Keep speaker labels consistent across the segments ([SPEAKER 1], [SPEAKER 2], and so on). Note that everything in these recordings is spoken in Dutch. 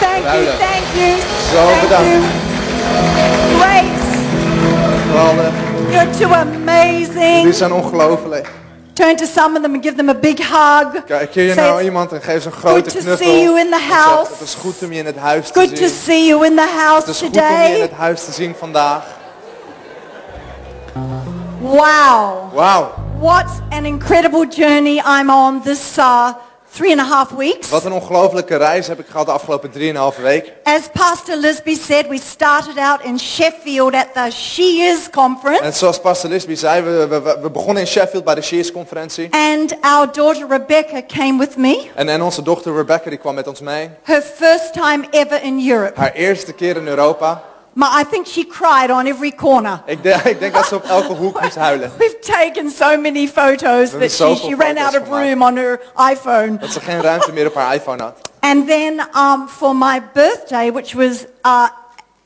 [SPEAKER 1] Thank you,
[SPEAKER 2] Geweldig.
[SPEAKER 1] thank you.
[SPEAKER 2] Zo
[SPEAKER 1] thank
[SPEAKER 2] bedankt.
[SPEAKER 1] you. Grace,
[SPEAKER 2] Geweldig.
[SPEAKER 1] you're too amazing.
[SPEAKER 2] Jullie zijn ongelooflijk.
[SPEAKER 1] Turn to some of them and give them a big hug.
[SPEAKER 2] Kijk, keer je
[SPEAKER 1] Say,
[SPEAKER 2] nou
[SPEAKER 1] "It's
[SPEAKER 2] iemand en geef ze een grote
[SPEAKER 1] to
[SPEAKER 2] knuffel.
[SPEAKER 1] see you in the
[SPEAKER 2] En zeg,
[SPEAKER 1] house.
[SPEAKER 2] Het is goed om je in het huis te
[SPEAKER 1] Good to
[SPEAKER 2] zien.
[SPEAKER 1] see you in the
[SPEAKER 2] Het is
[SPEAKER 1] house
[SPEAKER 2] goed om je in
[SPEAKER 1] today.
[SPEAKER 2] het huis te zien vandaag.
[SPEAKER 1] Wow.
[SPEAKER 2] Wauw,
[SPEAKER 1] What an incredible journey I'm on this uh, three and a half weeks.
[SPEAKER 2] wat een ongelofelijke reis heb ik gehad de afgelopen 3,5 week.
[SPEAKER 1] As Pastor Lisby said, we started out in Sheffield at the She Is
[SPEAKER 2] En
[SPEAKER 1] conference.
[SPEAKER 2] zoals Pastor Lisby zei, we, we- we, we begonnen in Sheffield bij de Shears conferentie.
[SPEAKER 1] And our daughter Rebecca came with me,
[SPEAKER 2] En, en onze dochter Rebecca die kwam met ons mee.
[SPEAKER 1] her first time ever in Europe.
[SPEAKER 2] Haar eerste keer in Europa.
[SPEAKER 1] Ma, I think she cried on every corner.
[SPEAKER 2] Ik, de- ik denk dat ze op elke hoek moest huilen.
[SPEAKER 1] We've taken so many photos
[SPEAKER 2] We hebben
[SPEAKER 1] that she,
[SPEAKER 2] zoveel
[SPEAKER 1] she ran
[SPEAKER 2] foto's
[SPEAKER 1] out of
[SPEAKER 2] gemaakt.
[SPEAKER 1] room on her iPhone.
[SPEAKER 2] Dat ze geen ruimte meer op haar iPhone had.
[SPEAKER 1] And then um, for my birthday, which was uh,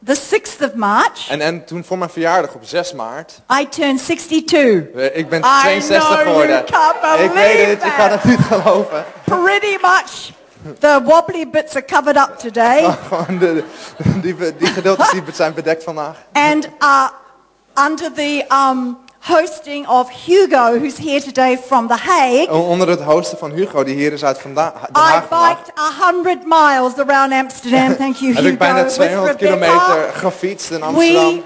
[SPEAKER 1] the 6th of March,
[SPEAKER 2] En, en toen voor mijn verjaardag op 6 maart.
[SPEAKER 1] I turned 62.
[SPEAKER 2] eh, Ik ben
[SPEAKER 1] I
[SPEAKER 2] 62
[SPEAKER 1] know
[SPEAKER 2] geworden.
[SPEAKER 1] you can't believe
[SPEAKER 2] Ik weet het, je
[SPEAKER 1] that.
[SPEAKER 2] kan het niet geloven.
[SPEAKER 1] Pretty much the wobbly bits are covered up today.
[SPEAKER 2] Gewoon de, die, die gedeeltes die zijn bedekt vandaag.
[SPEAKER 1] And uh, under the um, hosting of Hugo, who's here today from The Hague,
[SPEAKER 2] O- Onder het hosten van Hugo, die hier is uit Vanda- Den
[SPEAKER 1] I
[SPEAKER 2] Haag vandaag.
[SPEAKER 1] biked 100 miles around Amsterdam. Thank you,
[SPEAKER 2] Heb
[SPEAKER 1] Hugo.
[SPEAKER 2] ik bijna
[SPEAKER 1] with
[SPEAKER 2] 200 kilometer
[SPEAKER 1] Rebecca.
[SPEAKER 2] gefietst in Amsterdam.
[SPEAKER 1] We,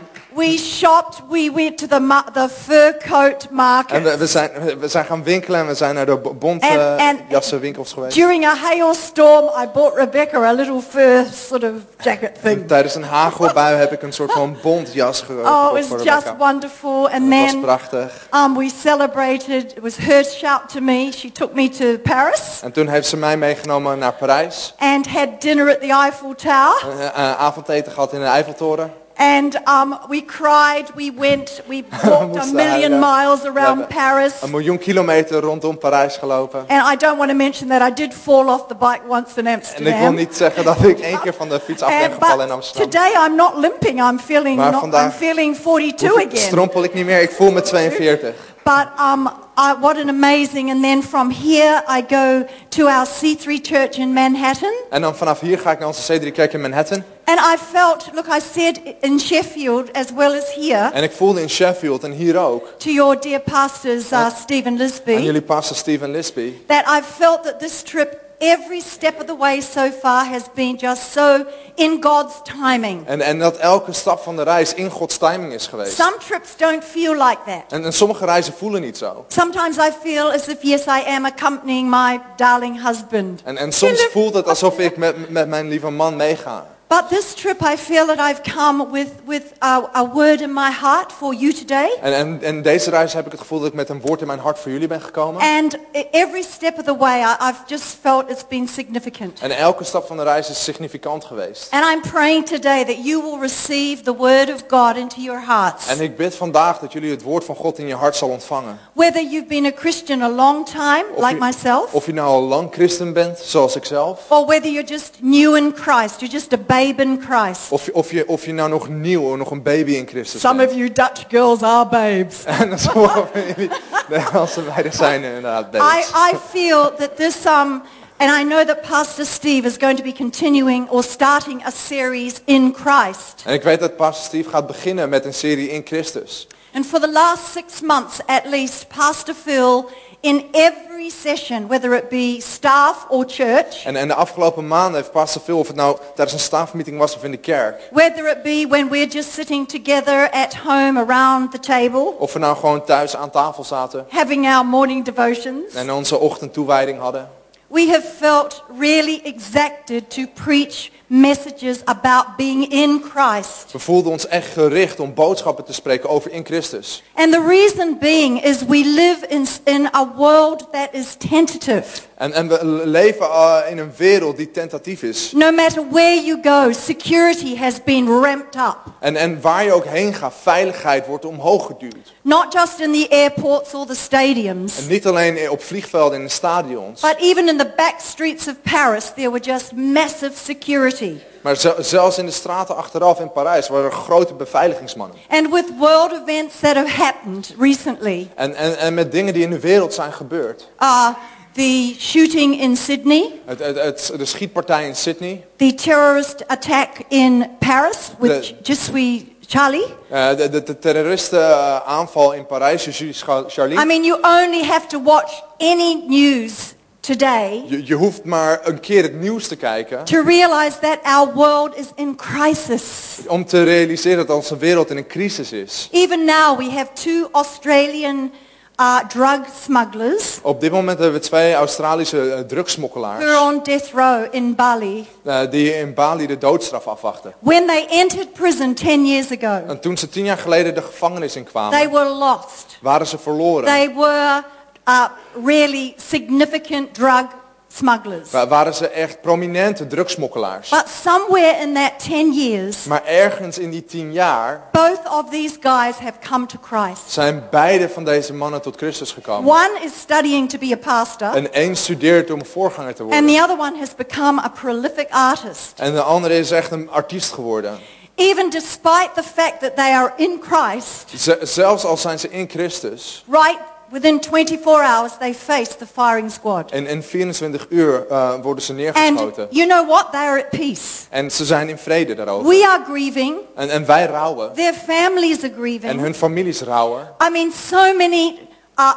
[SPEAKER 1] we shopped, we went to the, ma- the fur coat market.
[SPEAKER 2] En we, we, zijn, we zijn gaan winkelen en we zijn naar de bo- bont
[SPEAKER 1] En-
[SPEAKER 2] eh,
[SPEAKER 1] en-
[SPEAKER 2] jassenwinkels geweest.
[SPEAKER 1] During a hailstorm, I bought Rebecca a little fur sort of jacket thing.
[SPEAKER 2] Tijdens een hagelbui heb ik een soort van bontjas ge-
[SPEAKER 1] Oh,
[SPEAKER 2] gekocht
[SPEAKER 1] it
[SPEAKER 2] voor
[SPEAKER 1] was
[SPEAKER 2] Rebecca.
[SPEAKER 1] just wonderful. And
[SPEAKER 2] Het was
[SPEAKER 1] then
[SPEAKER 2] prachtig.
[SPEAKER 1] um, we celebrated. It was her shout to me. She took me to Paris.
[SPEAKER 2] En toen heeft ze mij meegenomen naar Parijs.
[SPEAKER 1] and had dinner at the Eiffel Tower.
[SPEAKER 2] Eh, eh, avondeten gehad in de Eiffeltoren.
[SPEAKER 1] And um, we cried, we went, we
[SPEAKER 2] We
[SPEAKER 1] walked a
[SPEAKER 2] moesten
[SPEAKER 1] million
[SPEAKER 2] huilen.
[SPEAKER 1] miles
[SPEAKER 2] We
[SPEAKER 1] around
[SPEAKER 2] hebben
[SPEAKER 1] Paris.
[SPEAKER 2] Een miljoen kilometer rondom Parijs gelopen.
[SPEAKER 1] And I don't want to mention that I did fall off the bike once in
[SPEAKER 2] En ik wil
[SPEAKER 1] Amsterdam.
[SPEAKER 2] niet zeggen dat ik één keer van de fiets af ben
[SPEAKER 1] And,
[SPEAKER 2] gevallen in
[SPEAKER 1] Eh, but
[SPEAKER 2] Amsterdam.
[SPEAKER 1] today I'm not limping, I'm feeling,
[SPEAKER 2] Maar
[SPEAKER 1] not, I'm
[SPEAKER 2] vandaag
[SPEAKER 1] feeling 42
[SPEAKER 2] Hoef ik-
[SPEAKER 1] again.
[SPEAKER 2] Strompel ik niet meer, ik voel me 42.
[SPEAKER 1] But um, I, what an amazing, and then from here I go to our C3 church in Manhattan.
[SPEAKER 2] En dan vanaf hier ga ik naar onze C3-kerk in Manhattan.
[SPEAKER 1] And I felt, look, I said in Sheffield as well as here,
[SPEAKER 2] En ik voelde in Sheffield en hier ook,
[SPEAKER 1] to your dear pastors, uh, Stephen
[SPEAKER 2] aan
[SPEAKER 1] Lisby,
[SPEAKER 2] jullie pastor Steven Lisby,
[SPEAKER 1] that I've felt that this trip, every step of the way so far, has been just so in God's timing.
[SPEAKER 2] En, en dat elke stap van de reis in Gods timing is geweest.
[SPEAKER 1] Some trips don't feel like that.
[SPEAKER 2] En, en sommige reizen voelen niet zo.
[SPEAKER 1] Sometimes I feel as if, yes, I am accompanying my darling husband.
[SPEAKER 2] En, en soms voelt het alsof ik met, met mijn lieve man meega.
[SPEAKER 1] But this trip, I feel that I've come with, with a, a word in my heart for you today.
[SPEAKER 2] En, en, en deze reis heb ik het gevoel dat ik met een woord in mijn hart voor jullie ben gekomen.
[SPEAKER 1] And e- every step of the way, I, I've just felt it's been significant.
[SPEAKER 2] En elke stap van de reis is significant geweest.
[SPEAKER 1] And I'm praying today that you will receive the word of God into your hearts.
[SPEAKER 2] En ik bid vandaag dat jullie het woord van God in je hart zal ontvangen.
[SPEAKER 1] Whether you've been a Christian a long time,
[SPEAKER 2] Of
[SPEAKER 1] like
[SPEAKER 2] je-
[SPEAKER 1] myself,
[SPEAKER 2] Of je nou al lang christen bent, zoals ik zelf.
[SPEAKER 1] or whether you're just new in Christ, you're just a babe in Christ.
[SPEAKER 2] Of je, of je, of je nou nog nieuw, of nog een baby in Christus
[SPEAKER 1] Some
[SPEAKER 2] bent.
[SPEAKER 1] of you Dutch girls are babes.
[SPEAKER 2] En sommige van jullie Nederlandse meiden zijn inderdaad
[SPEAKER 1] I,
[SPEAKER 2] baby's.
[SPEAKER 1] I feel that this, um, and I know that Pastor Steve is going to be continuing or starting a series in Christ.
[SPEAKER 2] En ik weet dat Pastor Steve gaat beginnen met een serie in Christus.
[SPEAKER 1] And for the last six months at least, Pastor Phil, in every session, whether it be staff or church,
[SPEAKER 2] En, en de afgelopen maanden heeft Pastor Phil, of het nou tijdens een staafmeeting was of in de kerk,
[SPEAKER 1] Whether it be when we're just sitting together at home around the table,
[SPEAKER 2] of we nou gewoon thuis aan tafel zaten
[SPEAKER 1] having our morning devotions,
[SPEAKER 2] en onze ochtendtoewijding hadden.
[SPEAKER 1] we have felt really exacted to preach messages about being in Christ.
[SPEAKER 2] We voelden ons echt gericht om boodschappen te spreken over in Christus.
[SPEAKER 1] And the reason being is we live in, in a world that is tentative.
[SPEAKER 2] En, en we le- leven eh, in een wereld die tentatief is.
[SPEAKER 1] No matter where you go, security has been ramped up.
[SPEAKER 2] En, en waar je ook heen gaat, veiligheid wordt omhoog geduwd.
[SPEAKER 1] Not just in the airports or the stadiums,
[SPEAKER 2] En niet alleen op vliegvelden en in stadions,
[SPEAKER 1] but even in the back streets of Paris, there were just massive security.
[SPEAKER 2] maar ze- zelfs in de straten achteraf in Parijs waren er grote beveiligingsmannen.
[SPEAKER 1] And with world events that have happened recently,
[SPEAKER 2] En, en, en met dingen die in de wereld zijn gebeurd.
[SPEAKER 1] uh, the shooting in Sydney,
[SPEAKER 2] Het, het, het- de schietpartij in Sydney,
[SPEAKER 1] the terrorist attack in Paris with
[SPEAKER 2] The-
[SPEAKER 1] Jesui Charlie.
[SPEAKER 2] eh, de, de, de terroristenaanval in Parijs, Jules Scha- Charlie.
[SPEAKER 1] I mean, you only have to watch any news today
[SPEAKER 2] Je, je hoeft maar een keer het nieuws te kijken
[SPEAKER 1] to realize that our world is in crisis.
[SPEAKER 2] om te realiseren dat onze wereld in een crisis is.
[SPEAKER 1] Even now, we have two Australian uh, drug smugglers
[SPEAKER 2] Op dit moment hebben we twee Australische eh,
[SPEAKER 1] who are
[SPEAKER 2] drugsmokkelaars
[SPEAKER 1] on death row in Bali.
[SPEAKER 2] eh, die in Bali de doodstraf afwachten.
[SPEAKER 1] When they entered prison 10 years ago,
[SPEAKER 2] En toen ze tien jaar geleden de gevangenis in
[SPEAKER 1] they
[SPEAKER 2] kwamen,
[SPEAKER 1] were lost.
[SPEAKER 2] waren ze verloren.
[SPEAKER 1] They were uh, really significant drug smugglers.
[SPEAKER 2] Wa- Waren ze echt prominente drugsmokkelaars.
[SPEAKER 1] But somewhere in that 10 years,
[SPEAKER 2] Maar ergens in die tien jaar
[SPEAKER 1] both of these guys have come to Christ.
[SPEAKER 2] zijn beide van deze mannen tot Christus gekomen.
[SPEAKER 1] One is studying to be a pastor,
[SPEAKER 2] En één studeert om voorganger te
[SPEAKER 1] and the
[SPEAKER 2] worden.
[SPEAKER 1] other one has become a prolific artist.
[SPEAKER 2] En de andere is echt een artiest geworden.
[SPEAKER 1] Even despite the fact that they are in Christ,
[SPEAKER 2] Z- zelfs al zijn ze in Christus.
[SPEAKER 1] right within 24 hours they face the firing squad.
[SPEAKER 2] En in 24 uur eh, worden ze
[SPEAKER 1] And
[SPEAKER 2] neergeschoten.
[SPEAKER 1] you know what? They are at peace.
[SPEAKER 2] En ze zijn in vrede daarover.
[SPEAKER 1] We are grieving.
[SPEAKER 2] En, en wij rouwen.
[SPEAKER 1] Their families are
[SPEAKER 2] En
[SPEAKER 1] grieving.
[SPEAKER 2] hun families rouwen.
[SPEAKER 1] I mean, so many uh,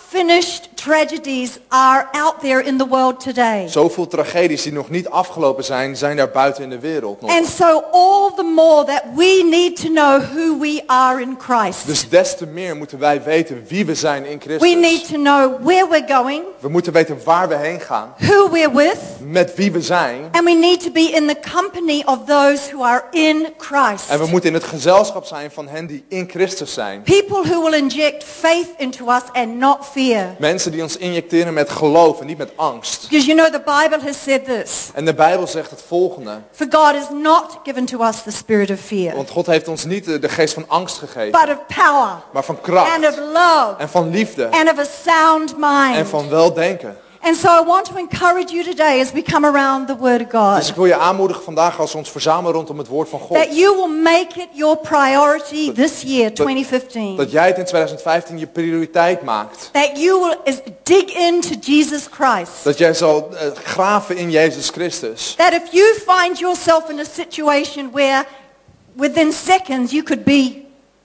[SPEAKER 1] unfinished tragedies are out there in the world today.
[SPEAKER 2] Zoveel tragedies die nog niet afgelopen zijn, zijn daar buiten in de wereld nog.
[SPEAKER 1] And so all the more that we need to know who we are in Christ.
[SPEAKER 2] Dus des te meer moeten wij weten wie we zijn in
[SPEAKER 1] We need
[SPEAKER 2] Christus.
[SPEAKER 1] to know where we're going,
[SPEAKER 2] We moeten weten waar we heen gaan.
[SPEAKER 1] who we're with,
[SPEAKER 2] Met wie we zijn.
[SPEAKER 1] and we need to be in the company of those who are in
[SPEAKER 2] En we
[SPEAKER 1] Christ.
[SPEAKER 2] moeten in het gezelschap zijn van hen die in Christus zijn.
[SPEAKER 1] People who will inject faith into us and not fear.
[SPEAKER 2] Mensen die ons injecteren met geloof en niet met angst.
[SPEAKER 1] Because you know the Bible has said this.
[SPEAKER 2] En de Bijbel zegt het volgende.
[SPEAKER 1] For God has not given to us the spirit of fear,
[SPEAKER 2] Want God heeft ons niet de de geest van angst gegeven,
[SPEAKER 1] but of power
[SPEAKER 2] maar van
[SPEAKER 1] and of
[SPEAKER 2] kracht
[SPEAKER 1] love
[SPEAKER 2] en van liefde
[SPEAKER 1] and of a sound
[SPEAKER 2] en
[SPEAKER 1] mind.
[SPEAKER 2] van weldenken.
[SPEAKER 1] And so I want to encourage you today as we come around the Word of God.
[SPEAKER 2] Dus ik wil je aanmoedigen vandaag als we ons verzamelen rondom het woord van
[SPEAKER 1] that
[SPEAKER 2] God.
[SPEAKER 1] you will make it your priority this year, 2015.
[SPEAKER 2] Dat jij het in 2015 je prioriteit maakt.
[SPEAKER 1] that you will is- dig into Jesus Christ.
[SPEAKER 2] Dat jij zal eh, graven in Jezus Christus.
[SPEAKER 1] That if you find yourself in a situation where within seconds you could be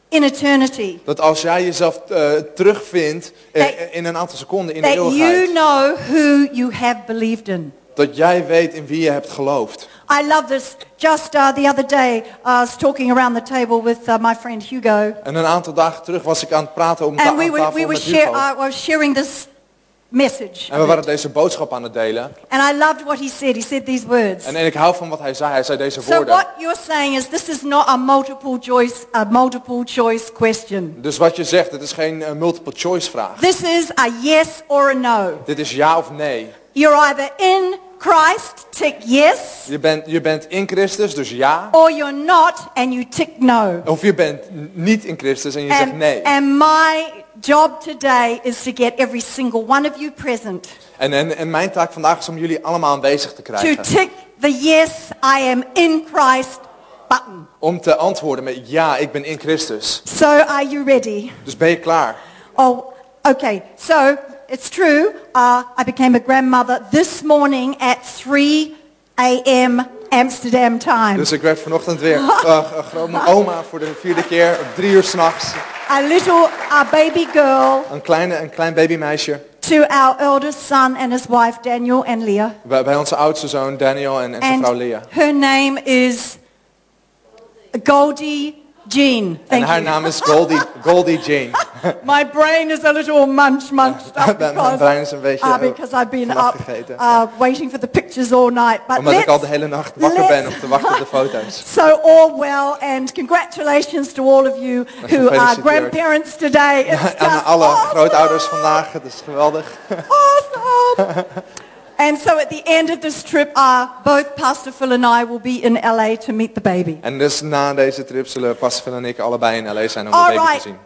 [SPEAKER 1] in eternity,
[SPEAKER 2] Dat als jij jezelf eh, terugvindt in, in een aantal seconden in de
[SPEAKER 1] that you
[SPEAKER 2] eeuwigheid.
[SPEAKER 1] know who you have believed in.
[SPEAKER 2] Dat jij weet in wie je hebt geloofd.
[SPEAKER 1] I love this. Just uh, the other day, I was talking around the table with uh, my friend Hugo,
[SPEAKER 2] En een aantal dagen terug was ik aan het praten om ta-
[SPEAKER 1] and
[SPEAKER 2] aan
[SPEAKER 1] we were,
[SPEAKER 2] tafel
[SPEAKER 1] we were
[SPEAKER 2] met
[SPEAKER 1] share, I
[SPEAKER 2] Hugo.
[SPEAKER 1] was sharing this message.
[SPEAKER 2] En we waren deze boodschap aan het delen.
[SPEAKER 1] And I loved what he said. He said these words.
[SPEAKER 2] En, en ik hou van wat hij zei. Hij zei deze
[SPEAKER 1] So
[SPEAKER 2] woorden.
[SPEAKER 1] what you're saying is this is not a multiple choice a multiple choice question.
[SPEAKER 2] Dus wat je zegt, het is geen eh, multiple choice vraag.
[SPEAKER 1] This is a yes or a no.
[SPEAKER 2] Dit is ja of nee.
[SPEAKER 1] You're either in Christ, tick yes,
[SPEAKER 2] Je bent, je bent in Christus, dus ja.
[SPEAKER 1] or you're not and you tick no.
[SPEAKER 2] Of je bent n- niet in Christus en je zegt
[SPEAKER 1] And,
[SPEAKER 2] nee.
[SPEAKER 1] and my job today is to get every single one of you present
[SPEAKER 2] En, en, en mijn taak vandaag is om jullie allemaal aanwezig
[SPEAKER 1] to
[SPEAKER 2] te krijgen.
[SPEAKER 1] tick the yes I am in Christ button.
[SPEAKER 2] Om te antwoorden met ja, ik ben in Christus.
[SPEAKER 1] So are you ready?
[SPEAKER 2] Dus ben je klaar?
[SPEAKER 1] Oh, okay. So it's true. Uh, I became a grandmother this morning at 3 a.m. Amsterdam time.
[SPEAKER 2] Dus ik werd vanochtend weer eh, g- groot- oma voor de vierde keer. Om drie uur s'nachts.
[SPEAKER 1] A little uh, baby girl
[SPEAKER 2] Een, kleine, een klein babymeisje.
[SPEAKER 1] to our eldest son and his wife Daniel and Leah.
[SPEAKER 2] Bij, bij onze oudste zoon Daniel en, en zijn
[SPEAKER 1] And
[SPEAKER 2] vrouw Leah.
[SPEAKER 1] her name is Goldie Jean.
[SPEAKER 2] En
[SPEAKER 1] Thank
[SPEAKER 2] haar
[SPEAKER 1] you.
[SPEAKER 2] naam is Goldie, Goldie Jane.
[SPEAKER 1] My brain is a little munch munched up
[SPEAKER 2] Mijn- mijn
[SPEAKER 1] because,
[SPEAKER 2] brein is een beetje,
[SPEAKER 1] uh,
[SPEAKER 2] eh,
[SPEAKER 1] because I've been
[SPEAKER 2] vannacht
[SPEAKER 1] up
[SPEAKER 2] gegeten.
[SPEAKER 1] uh, waiting for the pictures all night. But
[SPEAKER 2] Omdat ik al
[SPEAKER 1] let's
[SPEAKER 2] de hele nacht wakker ben om te wachten op de foto's.
[SPEAKER 1] So all well and congratulations to all of you who are
[SPEAKER 2] Gefeliciteerd.
[SPEAKER 1] grandparents today. It's
[SPEAKER 2] Aan
[SPEAKER 1] just
[SPEAKER 2] alle
[SPEAKER 1] awesome,
[SPEAKER 2] grootouders vandaag, het is geweldig.
[SPEAKER 1] awesome. And so at the end of this trip, uh, both Pastor Phil and I will be in LA to meet the baby.
[SPEAKER 2] En dus na deze trip zullen Pascal en ik allebei in LA zijn om de baby
[SPEAKER 1] Alright.
[SPEAKER 2] te zien.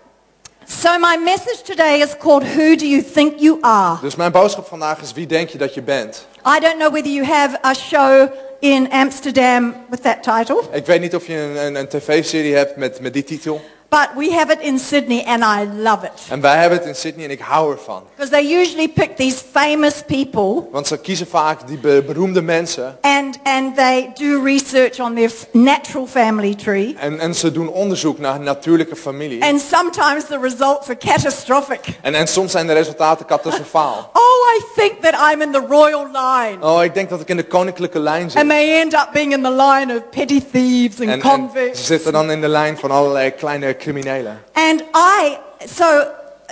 [SPEAKER 1] So my message today is called Who Do You Think You Are?
[SPEAKER 2] Dus mijn boodschap vandaag is wie denk je dat je bent?
[SPEAKER 1] I don't know whether you have a show in Amsterdam with that title,
[SPEAKER 2] Ik weet niet of je een, een, een tv-serie hebt met, met die titel.
[SPEAKER 1] But we have it in Sydney and I love it.
[SPEAKER 2] En wij hebben het in Sydney en ik hou ervan.
[SPEAKER 1] Because they usually pick these famous people
[SPEAKER 2] Want ze kiezen vaak die be- beroemde mensen.
[SPEAKER 1] and, and they do research on their f- natural family tree.
[SPEAKER 2] En, en ze doen onderzoek naar hun natuurlijke familie.
[SPEAKER 1] And sometimes the results are catastrophic.
[SPEAKER 2] En, en soms zijn de resultaten catastrofaal.
[SPEAKER 1] Oh, I think that I'm in the royal line.
[SPEAKER 2] Oh, ik denk dat ik in de koninklijke lijn zit.
[SPEAKER 1] And they end up being in the line of petty thieves and,
[SPEAKER 2] En, en ze
[SPEAKER 1] convicts.
[SPEAKER 2] zitten dan in de lijn van allerlei kleine criminelen.
[SPEAKER 1] And I, so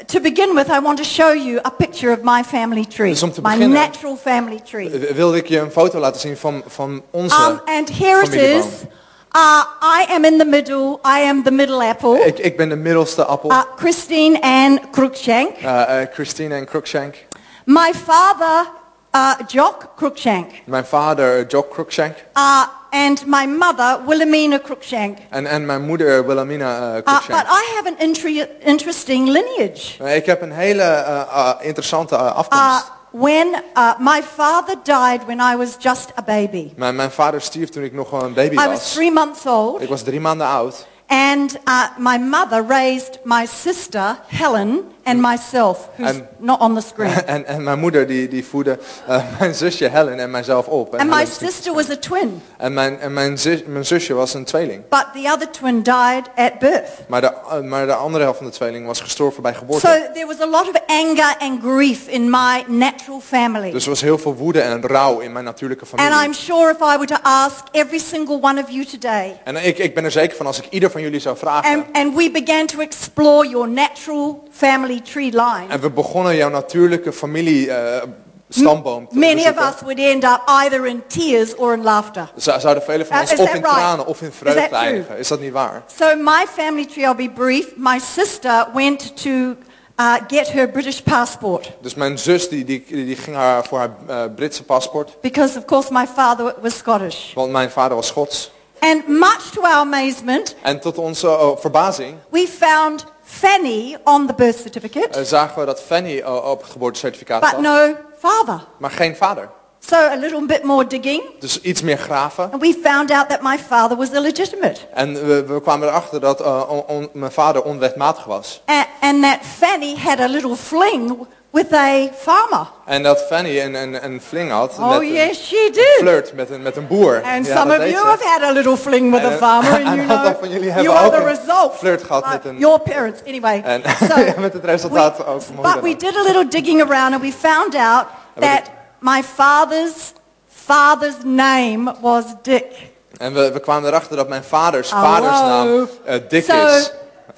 [SPEAKER 1] to begin with, I want to show you a picture of my family tree,
[SPEAKER 2] Dus om te
[SPEAKER 1] my
[SPEAKER 2] beginnen-
[SPEAKER 1] natural family tree.
[SPEAKER 2] W- Wilde ik je een foto laten zien van, van onze
[SPEAKER 1] Um, and here it
[SPEAKER 2] familieboom.
[SPEAKER 1] is. Uh, I am in the middle. I am the middle apple.
[SPEAKER 2] Ik, ik ben de middelste appel.
[SPEAKER 1] Uh, Christine Ann Cruikshank.
[SPEAKER 2] Eh, eh, Christine en Cruikshank.
[SPEAKER 1] My father, uh, Jock Cruikshank.
[SPEAKER 2] Mijn vader eh, Jock Cruikshank.
[SPEAKER 1] Uh, and my mother, Wilhelmina Cruikshank.
[SPEAKER 2] En, en mijn moeder Wilhelmina eh,
[SPEAKER 1] Uh,
[SPEAKER 2] Cruikshank.
[SPEAKER 1] but I have an intri- interesting lineage.
[SPEAKER 2] Eh, Ik heb een hele eh, eh, interessante eh,
[SPEAKER 1] Uh,
[SPEAKER 2] afkomst.
[SPEAKER 1] when uh, my father died when I was just a baby.
[SPEAKER 2] Mijn, mijn vader stierf toen ik nog wel een baby
[SPEAKER 1] I was
[SPEAKER 2] was.
[SPEAKER 1] three months old,
[SPEAKER 2] Ik was drie maanden oud.
[SPEAKER 1] and uh, my mother raised my sister Helen and myself, who's
[SPEAKER 2] Mm. And-
[SPEAKER 1] not on the screen.
[SPEAKER 2] En, en mijn moeder die, die voedde eh, mijn zusje Helen en mijzelf op. En,
[SPEAKER 1] and my
[SPEAKER 2] Helen is niet-
[SPEAKER 1] sister was a twin,
[SPEAKER 2] en, mijn, en mijn, zus- mijn zusje was een tweeling.
[SPEAKER 1] but the other twin died at birth.
[SPEAKER 2] Maar de, eh, maar de andere helft van de tweeling was gestorven bij geboorte.
[SPEAKER 1] So there was a lot of anger and grief in my natural family.
[SPEAKER 2] Dus er was heel veel woede en rouw in mijn natuurlijke
[SPEAKER 1] and
[SPEAKER 2] familie.
[SPEAKER 1] I'm sure if I were to ask every single one of you today,
[SPEAKER 2] En ik, ik ben er zeker van als ik ieder van jullie zou vragen.
[SPEAKER 1] and, and we began to explore your natural family tree line,
[SPEAKER 2] En we begonnen jouw natuurlijke familie eh, stamboom te
[SPEAKER 1] many of
[SPEAKER 2] onderzoeken.
[SPEAKER 1] us would end up either in tears or in laughter.
[SPEAKER 2] Zo- Zouden velen van
[SPEAKER 1] Uh,
[SPEAKER 2] ons
[SPEAKER 1] is
[SPEAKER 2] of
[SPEAKER 1] that
[SPEAKER 2] in
[SPEAKER 1] right?
[SPEAKER 2] tranen of in
[SPEAKER 1] Is
[SPEAKER 2] vreugde
[SPEAKER 1] that true?
[SPEAKER 2] eindigen. Is dat niet waar?
[SPEAKER 1] So my family tree, I'll be brief. My sister went to uh, get her British passport
[SPEAKER 2] Dus mijn zus die, die, die ging haar voor haar eh, Britse paspoort.
[SPEAKER 1] because, of course, my father was Scottish.
[SPEAKER 2] Want mijn vader was Schots.
[SPEAKER 1] And much to our amazement,
[SPEAKER 2] En tot onze eh, verbazing
[SPEAKER 1] we found Fanny on the birth certificate,
[SPEAKER 2] eh, zagen we dat Fanny eh, op het geboortecertificaat
[SPEAKER 1] but
[SPEAKER 2] zat.
[SPEAKER 1] no father.
[SPEAKER 2] Maar geen vader.
[SPEAKER 1] So a little bit more digging,
[SPEAKER 2] Dus iets meer graven.
[SPEAKER 1] and we found out that my father was illegitimate,
[SPEAKER 2] En we, we kwamen erachter dat eh, on- on- mijn vader onwetmatig was.
[SPEAKER 1] and, and that Fanny had a little fling with a farmer.
[SPEAKER 2] En dat Fanny een, een, een fling had.
[SPEAKER 1] Oh
[SPEAKER 2] met
[SPEAKER 1] yes, she
[SPEAKER 2] een
[SPEAKER 1] did.
[SPEAKER 2] flirt met een, met een boer.
[SPEAKER 1] And
[SPEAKER 2] Ja,
[SPEAKER 1] some
[SPEAKER 2] dat
[SPEAKER 1] of
[SPEAKER 2] deed
[SPEAKER 1] you
[SPEAKER 2] ze.
[SPEAKER 1] have had a little fling with a
[SPEAKER 2] En-
[SPEAKER 1] farmer, and
[SPEAKER 2] en
[SPEAKER 1] you
[SPEAKER 2] een aantal
[SPEAKER 1] know,
[SPEAKER 2] van jullie
[SPEAKER 1] you
[SPEAKER 2] hebben
[SPEAKER 1] are
[SPEAKER 2] ook
[SPEAKER 1] the
[SPEAKER 2] een
[SPEAKER 1] result.
[SPEAKER 2] flirt gehad
[SPEAKER 1] Uh,
[SPEAKER 2] met een-
[SPEAKER 1] Your parents, anyway.
[SPEAKER 2] En-
[SPEAKER 1] So,
[SPEAKER 2] ja, met het resultaat
[SPEAKER 1] we-
[SPEAKER 2] ook mooi
[SPEAKER 1] But
[SPEAKER 2] dan
[SPEAKER 1] we
[SPEAKER 2] ook.
[SPEAKER 1] did a little digging around, and we found out
[SPEAKER 2] we
[SPEAKER 1] that my father's father's name was Dick.
[SPEAKER 2] En we, we kwamen erachter dat mijn vaders
[SPEAKER 1] Oh,
[SPEAKER 2] vadersnaam
[SPEAKER 1] Hello.
[SPEAKER 2] eh, Dick
[SPEAKER 1] so,
[SPEAKER 2] is.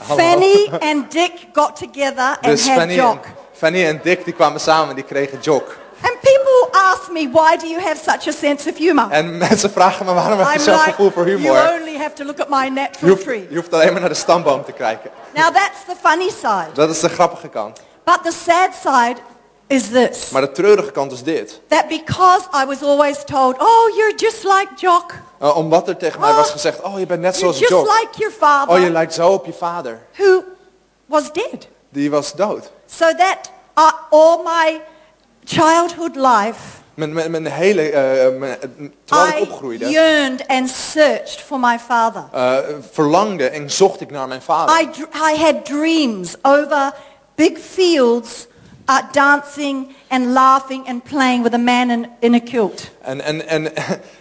[SPEAKER 2] Hallo.
[SPEAKER 1] Fanny and Dick got together and
[SPEAKER 2] dus
[SPEAKER 1] had
[SPEAKER 2] Fanny en,
[SPEAKER 1] Jock.
[SPEAKER 2] Fanny en Dick die kwamen samen en die kregen Jock.
[SPEAKER 1] And people ask me, why do you have such a sense of humor?
[SPEAKER 2] En mensen vragen me waarom heb je
[SPEAKER 1] I'm
[SPEAKER 2] zo'n
[SPEAKER 1] like,
[SPEAKER 2] gevoel voor
[SPEAKER 1] you
[SPEAKER 2] humor?
[SPEAKER 1] only have to look at my
[SPEAKER 2] Je
[SPEAKER 1] natural
[SPEAKER 2] hoeft,
[SPEAKER 1] tree.
[SPEAKER 2] je hoeft alleen maar naar de stamboom te kijken.
[SPEAKER 1] Now that's the funny side.
[SPEAKER 2] Dat is de grappige kant.
[SPEAKER 1] But the sad side is this.
[SPEAKER 2] Maar de treurige kant is dit.
[SPEAKER 1] That because I was always told, oh, you're just like Jock.
[SPEAKER 2] Eh, omdat er tegen mij was gezegd, oh je bent net
[SPEAKER 1] You're
[SPEAKER 2] zoals
[SPEAKER 1] just
[SPEAKER 2] Jock.
[SPEAKER 1] like your father
[SPEAKER 2] Oh je lijkt zo op je vader.
[SPEAKER 1] who was dead.
[SPEAKER 2] Die was dood.
[SPEAKER 1] So that uh, all my childhood life,
[SPEAKER 2] Mijn, mijn, mijn hele, eh, mijn- terwijl ik
[SPEAKER 1] I
[SPEAKER 2] opgroeide,
[SPEAKER 1] yearned and searched for my father.
[SPEAKER 2] eh, verlangde en zocht ik naar mijn vader.
[SPEAKER 1] I, dr- I had dreams over big fields uh, dancing and laughing and playing with a man in, in a kilt.
[SPEAKER 2] En, en, en,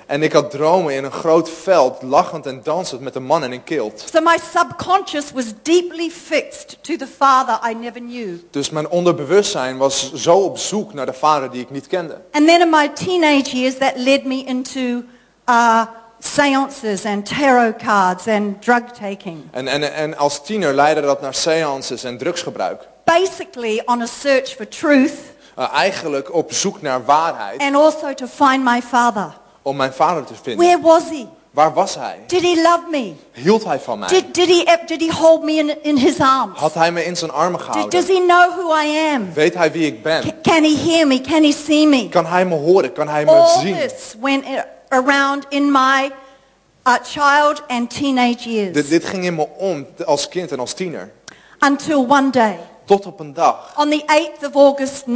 [SPEAKER 2] en ik had dromen in een groot veld, lachend en dansend met een man in een kilt.
[SPEAKER 1] So my subconscious was deeply fixed to the father I never knew.
[SPEAKER 2] Dus mijn onderbewustzijn was zo op zoek naar de vader die ik niet kende.
[SPEAKER 1] And then in my teenage years, that led me into uh, seances and tarot cards and drug taking.
[SPEAKER 2] En, en, en als tiener leidde dat naar seances en drugsgebruik.
[SPEAKER 1] Basically on a search for truth
[SPEAKER 2] Eh, eigenlijk op zoek naar waarheid
[SPEAKER 1] and also to find my father.
[SPEAKER 2] om mijn vader te vinden.
[SPEAKER 1] Where was he?
[SPEAKER 2] Waar was hij?
[SPEAKER 1] Did he love me?
[SPEAKER 2] Hield hij van mij?
[SPEAKER 1] Did, did, he, eh, did he hold me in, in his arms?
[SPEAKER 2] Had hij me in zijn armen
[SPEAKER 1] Did,
[SPEAKER 2] gehouden?
[SPEAKER 1] does he know who I am?
[SPEAKER 2] Weet hij wie ik ben?
[SPEAKER 1] C- can he hear me? Can he see me?
[SPEAKER 2] Kan hij me horen? Kan hij me
[SPEAKER 1] All
[SPEAKER 2] zien?
[SPEAKER 1] this went a- around in my uh, child and teenage
[SPEAKER 2] Dit,
[SPEAKER 1] years
[SPEAKER 2] dit ging in me om t- als kind en als tiener.
[SPEAKER 1] until one day
[SPEAKER 2] Tot op een dag,
[SPEAKER 1] on the 8th of August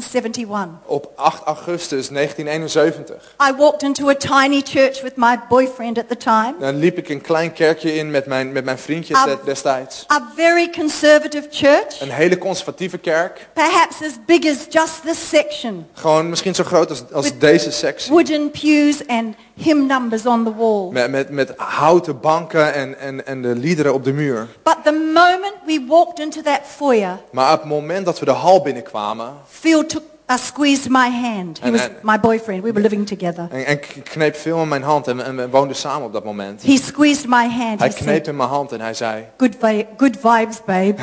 [SPEAKER 1] 1971.
[SPEAKER 2] op 8 augustus 1971,
[SPEAKER 1] I walked into a tiny church with my boyfriend at the time,
[SPEAKER 2] dan liep ik een klein kerkje in met mijn, met mijn vriendjes
[SPEAKER 1] Ah.
[SPEAKER 2] de- destijds.
[SPEAKER 1] a very conservative church,
[SPEAKER 2] Een hele conservatieve kerk.
[SPEAKER 1] perhaps as big as just this section,
[SPEAKER 2] Gewoon misschien zo groot als, als
[SPEAKER 1] With-
[SPEAKER 2] deze sectie.
[SPEAKER 1] wooden pews and hymn numbers on the wall.
[SPEAKER 2] Met, met, met houten banken en, en, en de liederen op de muur.
[SPEAKER 1] But the moment we walked into that foyer,
[SPEAKER 2] Maar op het moment dat we de hal binnenkwamen
[SPEAKER 1] Phil took, uh, squeezed my hand. He
[SPEAKER 2] And
[SPEAKER 1] was
[SPEAKER 2] that-
[SPEAKER 1] my boyfriend. We were living together.
[SPEAKER 2] en, en k- kneep Phil in mijn hand en, en we woonden samen op dat moment.
[SPEAKER 1] He squeezed my hand.
[SPEAKER 2] Hij
[SPEAKER 1] He said,
[SPEAKER 2] kneep in mijn hand en hij zei,
[SPEAKER 1] good, vi- good vibes, babe.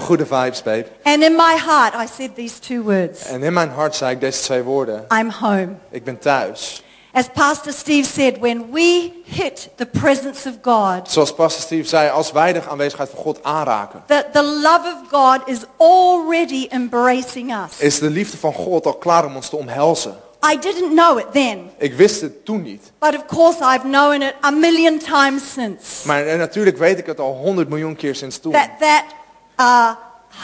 [SPEAKER 2] goede vibes babe.
[SPEAKER 1] and in my heart, I said these two words.
[SPEAKER 2] En in mijn hart zei ik deze twee woorden.
[SPEAKER 1] I'm home.
[SPEAKER 2] Ik ben thuis.
[SPEAKER 1] As Pastor Steve said, when we hit the presence of God,
[SPEAKER 2] Zoals Pastor Steve zei, als wij de aanwezigheid van God aanraken,
[SPEAKER 1] that the love of God is already embracing us.
[SPEAKER 2] is de liefde van God al klaar om ons te omhelzen.
[SPEAKER 1] I didn't know it then,
[SPEAKER 2] Ik wist het toen niet.
[SPEAKER 1] but of course I've known it a million times since.
[SPEAKER 2] Maar eh, natuurlijk weet ik het al honderd miljoen keer sinds toen.
[SPEAKER 1] That that uh,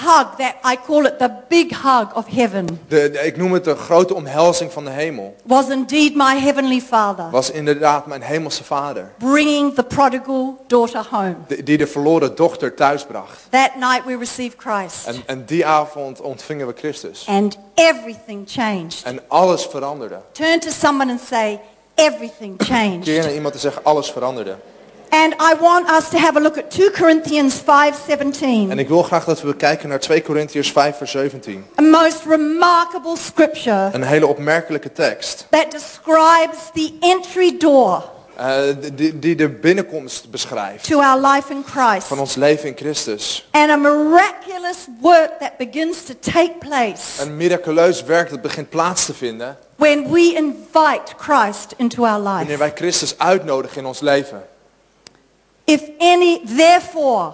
[SPEAKER 1] hug, that I call it the big hug of heaven,
[SPEAKER 2] De, de- ik noem het de grote omhelzing van de hemel.
[SPEAKER 1] was indeed my heavenly Father
[SPEAKER 2] Was inderdaad mijn hemelse vader.
[SPEAKER 1] bringing the prodigal daughter home.
[SPEAKER 2] de- Die de verloren dochter thuis bracht.
[SPEAKER 1] That night we received Christ,
[SPEAKER 2] En, en die avond ontvingen we Christus.
[SPEAKER 1] and everything changed.
[SPEAKER 2] En alles veranderde.
[SPEAKER 1] Turn to someone and say, everything changed.
[SPEAKER 2] Keer naar iemand te zeggen, alles veranderde.
[SPEAKER 1] And I want us to have a look at 2 Corinthians
[SPEAKER 2] En
[SPEAKER 1] 5.17,
[SPEAKER 2] ik wil graag dat we kijken naar 2 Corinthiërs 5 vers 17.
[SPEAKER 1] a most remarkable scripture
[SPEAKER 2] Een hele opmerkelijke tekst.
[SPEAKER 1] that describes the entry door
[SPEAKER 2] eh, die, die de binnenkomst beschrijft.
[SPEAKER 1] to our life in Christ
[SPEAKER 2] Van ons leven in Christus.
[SPEAKER 1] and a miraculous work that begins to take place
[SPEAKER 2] Een miraculeus werk dat begint plaats te vinden.
[SPEAKER 1] when we invite Christ into our
[SPEAKER 2] Wanneer
[SPEAKER 1] life.
[SPEAKER 2] wij Christus uitnodigen in ons leven.
[SPEAKER 1] If any, therefore,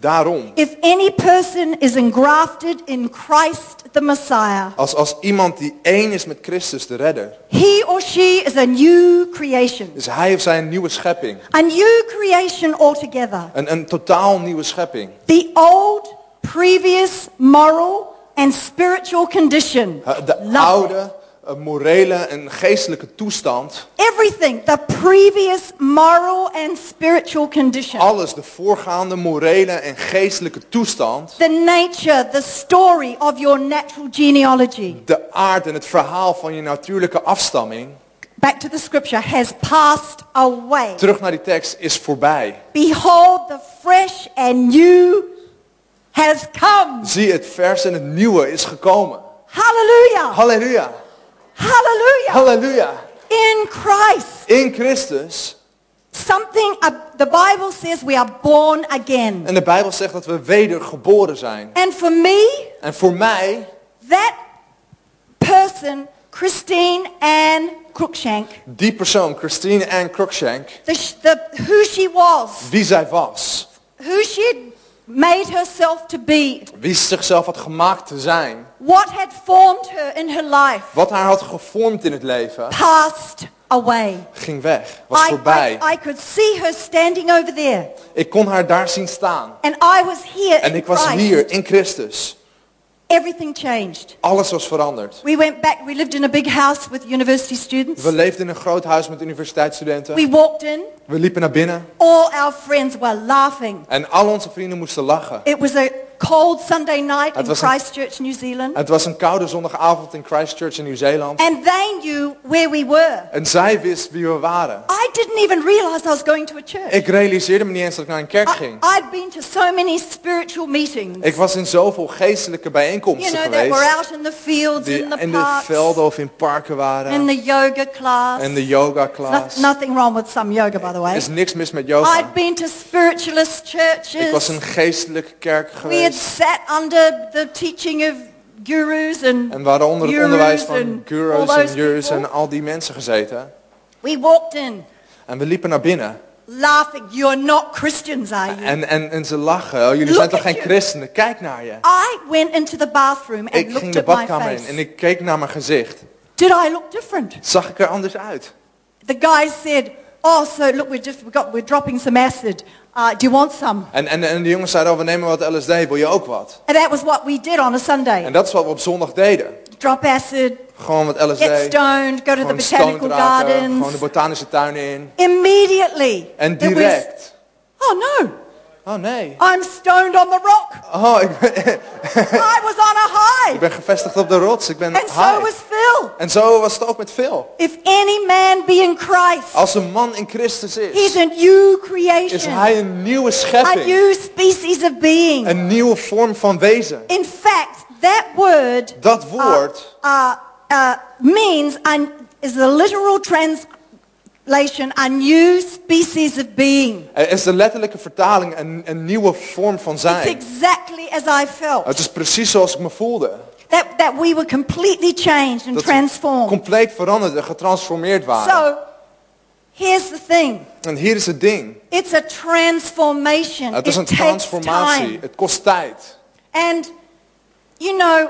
[SPEAKER 2] Daarom.
[SPEAKER 1] if any person is engrafted in Christ the Messiah,
[SPEAKER 2] Als, als iemand die één is met Christus, de redder.
[SPEAKER 1] he or she is a new creation.
[SPEAKER 2] Is hij of zij een nieuwe schepping.
[SPEAKER 1] A new creation altogether.
[SPEAKER 2] Een, een totaal nieuwe schepping.
[SPEAKER 1] The old, previous moral and spiritual condition.
[SPEAKER 2] Eh, De
[SPEAKER 1] Love.
[SPEAKER 2] oude, eh, morele en geestelijke toestand.
[SPEAKER 1] Everything. The previous moral and spiritual condition.
[SPEAKER 2] Alles, de voorgaande morele en geestelijke toestand.
[SPEAKER 1] The nature, the story of your natural genealogy.
[SPEAKER 2] De aard en het verhaal van je natuurlijke afstamming.
[SPEAKER 1] Back to the scripture. Has passed away.
[SPEAKER 2] Terug naar die tekst is voorbij.
[SPEAKER 1] Behold, the fresh and new has come.
[SPEAKER 2] Zie, het vers en het nieuwe is gekomen.
[SPEAKER 1] Hallelujah.
[SPEAKER 2] Halleluja.
[SPEAKER 1] Hallelujah.
[SPEAKER 2] Halleluja.
[SPEAKER 1] In Christ.
[SPEAKER 2] In Christus.
[SPEAKER 1] Something, uh, the Bible says we are born again.
[SPEAKER 2] En de Bijbel zegt dat we wedergeboren zijn.
[SPEAKER 1] And for me,
[SPEAKER 2] En voor mij,
[SPEAKER 1] that person, Christine Ann Cruikshank,
[SPEAKER 2] die persoon, Christine Ann Cruikshank,
[SPEAKER 1] the, sh- the, who she was,
[SPEAKER 2] wie zij was.
[SPEAKER 1] who she had made herself to be,
[SPEAKER 2] Wie ze zichzelf had gemaakt te zijn.
[SPEAKER 1] what had formed her in her life,
[SPEAKER 2] Wat haar had gevormd in het leven,
[SPEAKER 1] passed away.
[SPEAKER 2] ging weg. Was
[SPEAKER 1] I, I,
[SPEAKER 2] voorbij.
[SPEAKER 1] I could see her standing over there.
[SPEAKER 2] Ik kon haar daar zien staan.
[SPEAKER 1] And I was here
[SPEAKER 2] En
[SPEAKER 1] in
[SPEAKER 2] ik was
[SPEAKER 1] Christ.
[SPEAKER 2] hier in Christus.
[SPEAKER 1] Everything changed.
[SPEAKER 2] Alles was veranderd.
[SPEAKER 1] We went back, we lived in a big house with university students.
[SPEAKER 2] We leefden in een groot huis met universiteitsstudenten.
[SPEAKER 1] We walked in.
[SPEAKER 2] We liepen naar binnen.
[SPEAKER 1] All our friends were laughing.
[SPEAKER 2] En al onze vrienden moesten lachen.
[SPEAKER 1] It was a cold Sunday night
[SPEAKER 2] Het
[SPEAKER 1] in
[SPEAKER 2] was een-
[SPEAKER 1] Christchurch, New Zealand.
[SPEAKER 2] Het was een koude zondagavond in Christchurch in Nieuw-Zeeland.
[SPEAKER 1] And they knew where we were.
[SPEAKER 2] En zij wist wie we waren.
[SPEAKER 1] I didn't even realize I was going to a church.
[SPEAKER 2] Ik realiseerde me niet eens dat ik naar een kerk
[SPEAKER 1] I,
[SPEAKER 2] ging.
[SPEAKER 1] I'd been to so many spiritual meetings.
[SPEAKER 2] Ik was in zoveel geestelijke
[SPEAKER 1] You
[SPEAKER 2] bijeenkomsten
[SPEAKER 1] know, that were
[SPEAKER 2] geweest.
[SPEAKER 1] out in the fields,
[SPEAKER 2] Die
[SPEAKER 1] in the
[SPEAKER 2] in de
[SPEAKER 1] parks,
[SPEAKER 2] velden of in parken
[SPEAKER 1] in
[SPEAKER 2] waren.
[SPEAKER 1] the yoga class.
[SPEAKER 2] En de yoga
[SPEAKER 1] No-
[SPEAKER 2] class.
[SPEAKER 1] nothing wrong with some yoga, by the
[SPEAKER 2] Er
[SPEAKER 1] way.
[SPEAKER 2] is niks mis met
[SPEAKER 1] I'd
[SPEAKER 2] yoga.
[SPEAKER 1] been to spiritualist
[SPEAKER 2] Ik was een
[SPEAKER 1] churches.
[SPEAKER 2] geestelijke kerk
[SPEAKER 1] We had
[SPEAKER 2] geweest.
[SPEAKER 1] sat under the teaching of gurus and
[SPEAKER 2] En we hadden onder het
[SPEAKER 1] gurus
[SPEAKER 2] onderwijs
[SPEAKER 1] and
[SPEAKER 2] van
[SPEAKER 1] all
[SPEAKER 2] gurus
[SPEAKER 1] those
[SPEAKER 2] en jurus
[SPEAKER 1] people.
[SPEAKER 2] en al die mensen gezeten.
[SPEAKER 1] We walked in
[SPEAKER 2] En we liepen naar binnen.
[SPEAKER 1] laughing. You're not Christians, are you?
[SPEAKER 2] En, en, en ze lachen. Oh, jullie
[SPEAKER 1] Look
[SPEAKER 2] zijn toch
[SPEAKER 1] at
[SPEAKER 2] geen
[SPEAKER 1] you.
[SPEAKER 2] christenen? Kijk naar je.
[SPEAKER 1] I went into the bathroom and
[SPEAKER 2] Ik ging
[SPEAKER 1] looked
[SPEAKER 2] de
[SPEAKER 1] at my
[SPEAKER 2] badkamer in en
[SPEAKER 1] face.
[SPEAKER 2] ik keek naar mijn gezicht.
[SPEAKER 1] Did I look different?
[SPEAKER 2] Zag ik er anders uit?
[SPEAKER 1] The guy said, oh, so look, we're just, we got, we're dropping some acid. Uh, do you want some?
[SPEAKER 2] En, en, en de jongens zeiden, oh, we nemen wat LSD, wil je ook wat?
[SPEAKER 1] And that was what we did on a
[SPEAKER 2] En
[SPEAKER 1] Sunday.
[SPEAKER 2] dat is wat we op zondag deden.
[SPEAKER 1] Drop acid,
[SPEAKER 2] Gewoon wat LSD.
[SPEAKER 1] get stoned, go to the
[SPEAKER 2] gewoon stoned
[SPEAKER 1] botanical
[SPEAKER 2] raken, Gewoon de
[SPEAKER 1] gardens.
[SPEAKER 2] botanische tuin in.
[SPEAKER 1] Immediately.
[SPEAKER 2] En
[SPEAKER 1] it was,
[SPEAKER 2] direct.
[SPEAKER 1] oh no,
[SPEAKER 2] Oh nee.
[SPEAKER 1] I'm stoned on the rock.
[SPEAKER 2] Oh, ik ben,
[SPEAKER 1] I was on a
[SPEAKER 2] ik
[SPEAKER 1] high.
[SPEAKER 2] ben gevestigd op de rots. Ik ben
[SPEAKER 1] And so
[SPEAKER 2] high.
[SPEAKER 1] was Phil.
[SPEAKER 2] En zo was het ook met Phil.
[SPEAKER 1] If any man be in Christ,
[SPEAKER 2] Als een man in Christus
[SPEAKER 1] he's
[SPEAKER 2] is,
[SPEAKER 1] a new
[SPEAKER 2] is
[SPEAKER 1] creation,
[SPEAKER 2] hij een nieuwe
[SPEAKER 1] a
[SPEAKER 2] schepping.
[SPEAKER 1] new species of being.
[SPEAKER 2] Een nieuwe vorm van wezen.
[SPEAKER 1] In fact, that word
[SPEAKER 2] Dat
[SPEAKER 1] uh,
[SPEAKER 2] woord
[SPEAKER 1] uh, uh, means and is the literal translation a new species of being.
[SPEAKER 2] eh, is de letterlijke vertaling een, een nieuwe vorm van
[SPEAKER 1] It's
[SPEAKER 2] zijn.
[SPEAKER 1] exactly as I felt.
[SPEAKER 2] Het is precies zoals ik me voelde.
[SPEAKER 1] That, that we were completely changed and
[SPEAKER 2] Dat we
[SPEAKER 1] transformed.
[SPEAKER 2] compleet veranderd en getransformeerd waren.
[SPEAKER 1] So here's the thing.
[SPEAKER 2] En hier is het ding.
[SPEAKER 1] It's a transformation.
[SPEAKER 2] Het is een
[SPEAKER 1] it takes
[SPEAKER 2] transformatie.
[SPEAKER 1] time.
[SPEAKER 2] Het kost tijd.
[SPEAKER 1] And you know,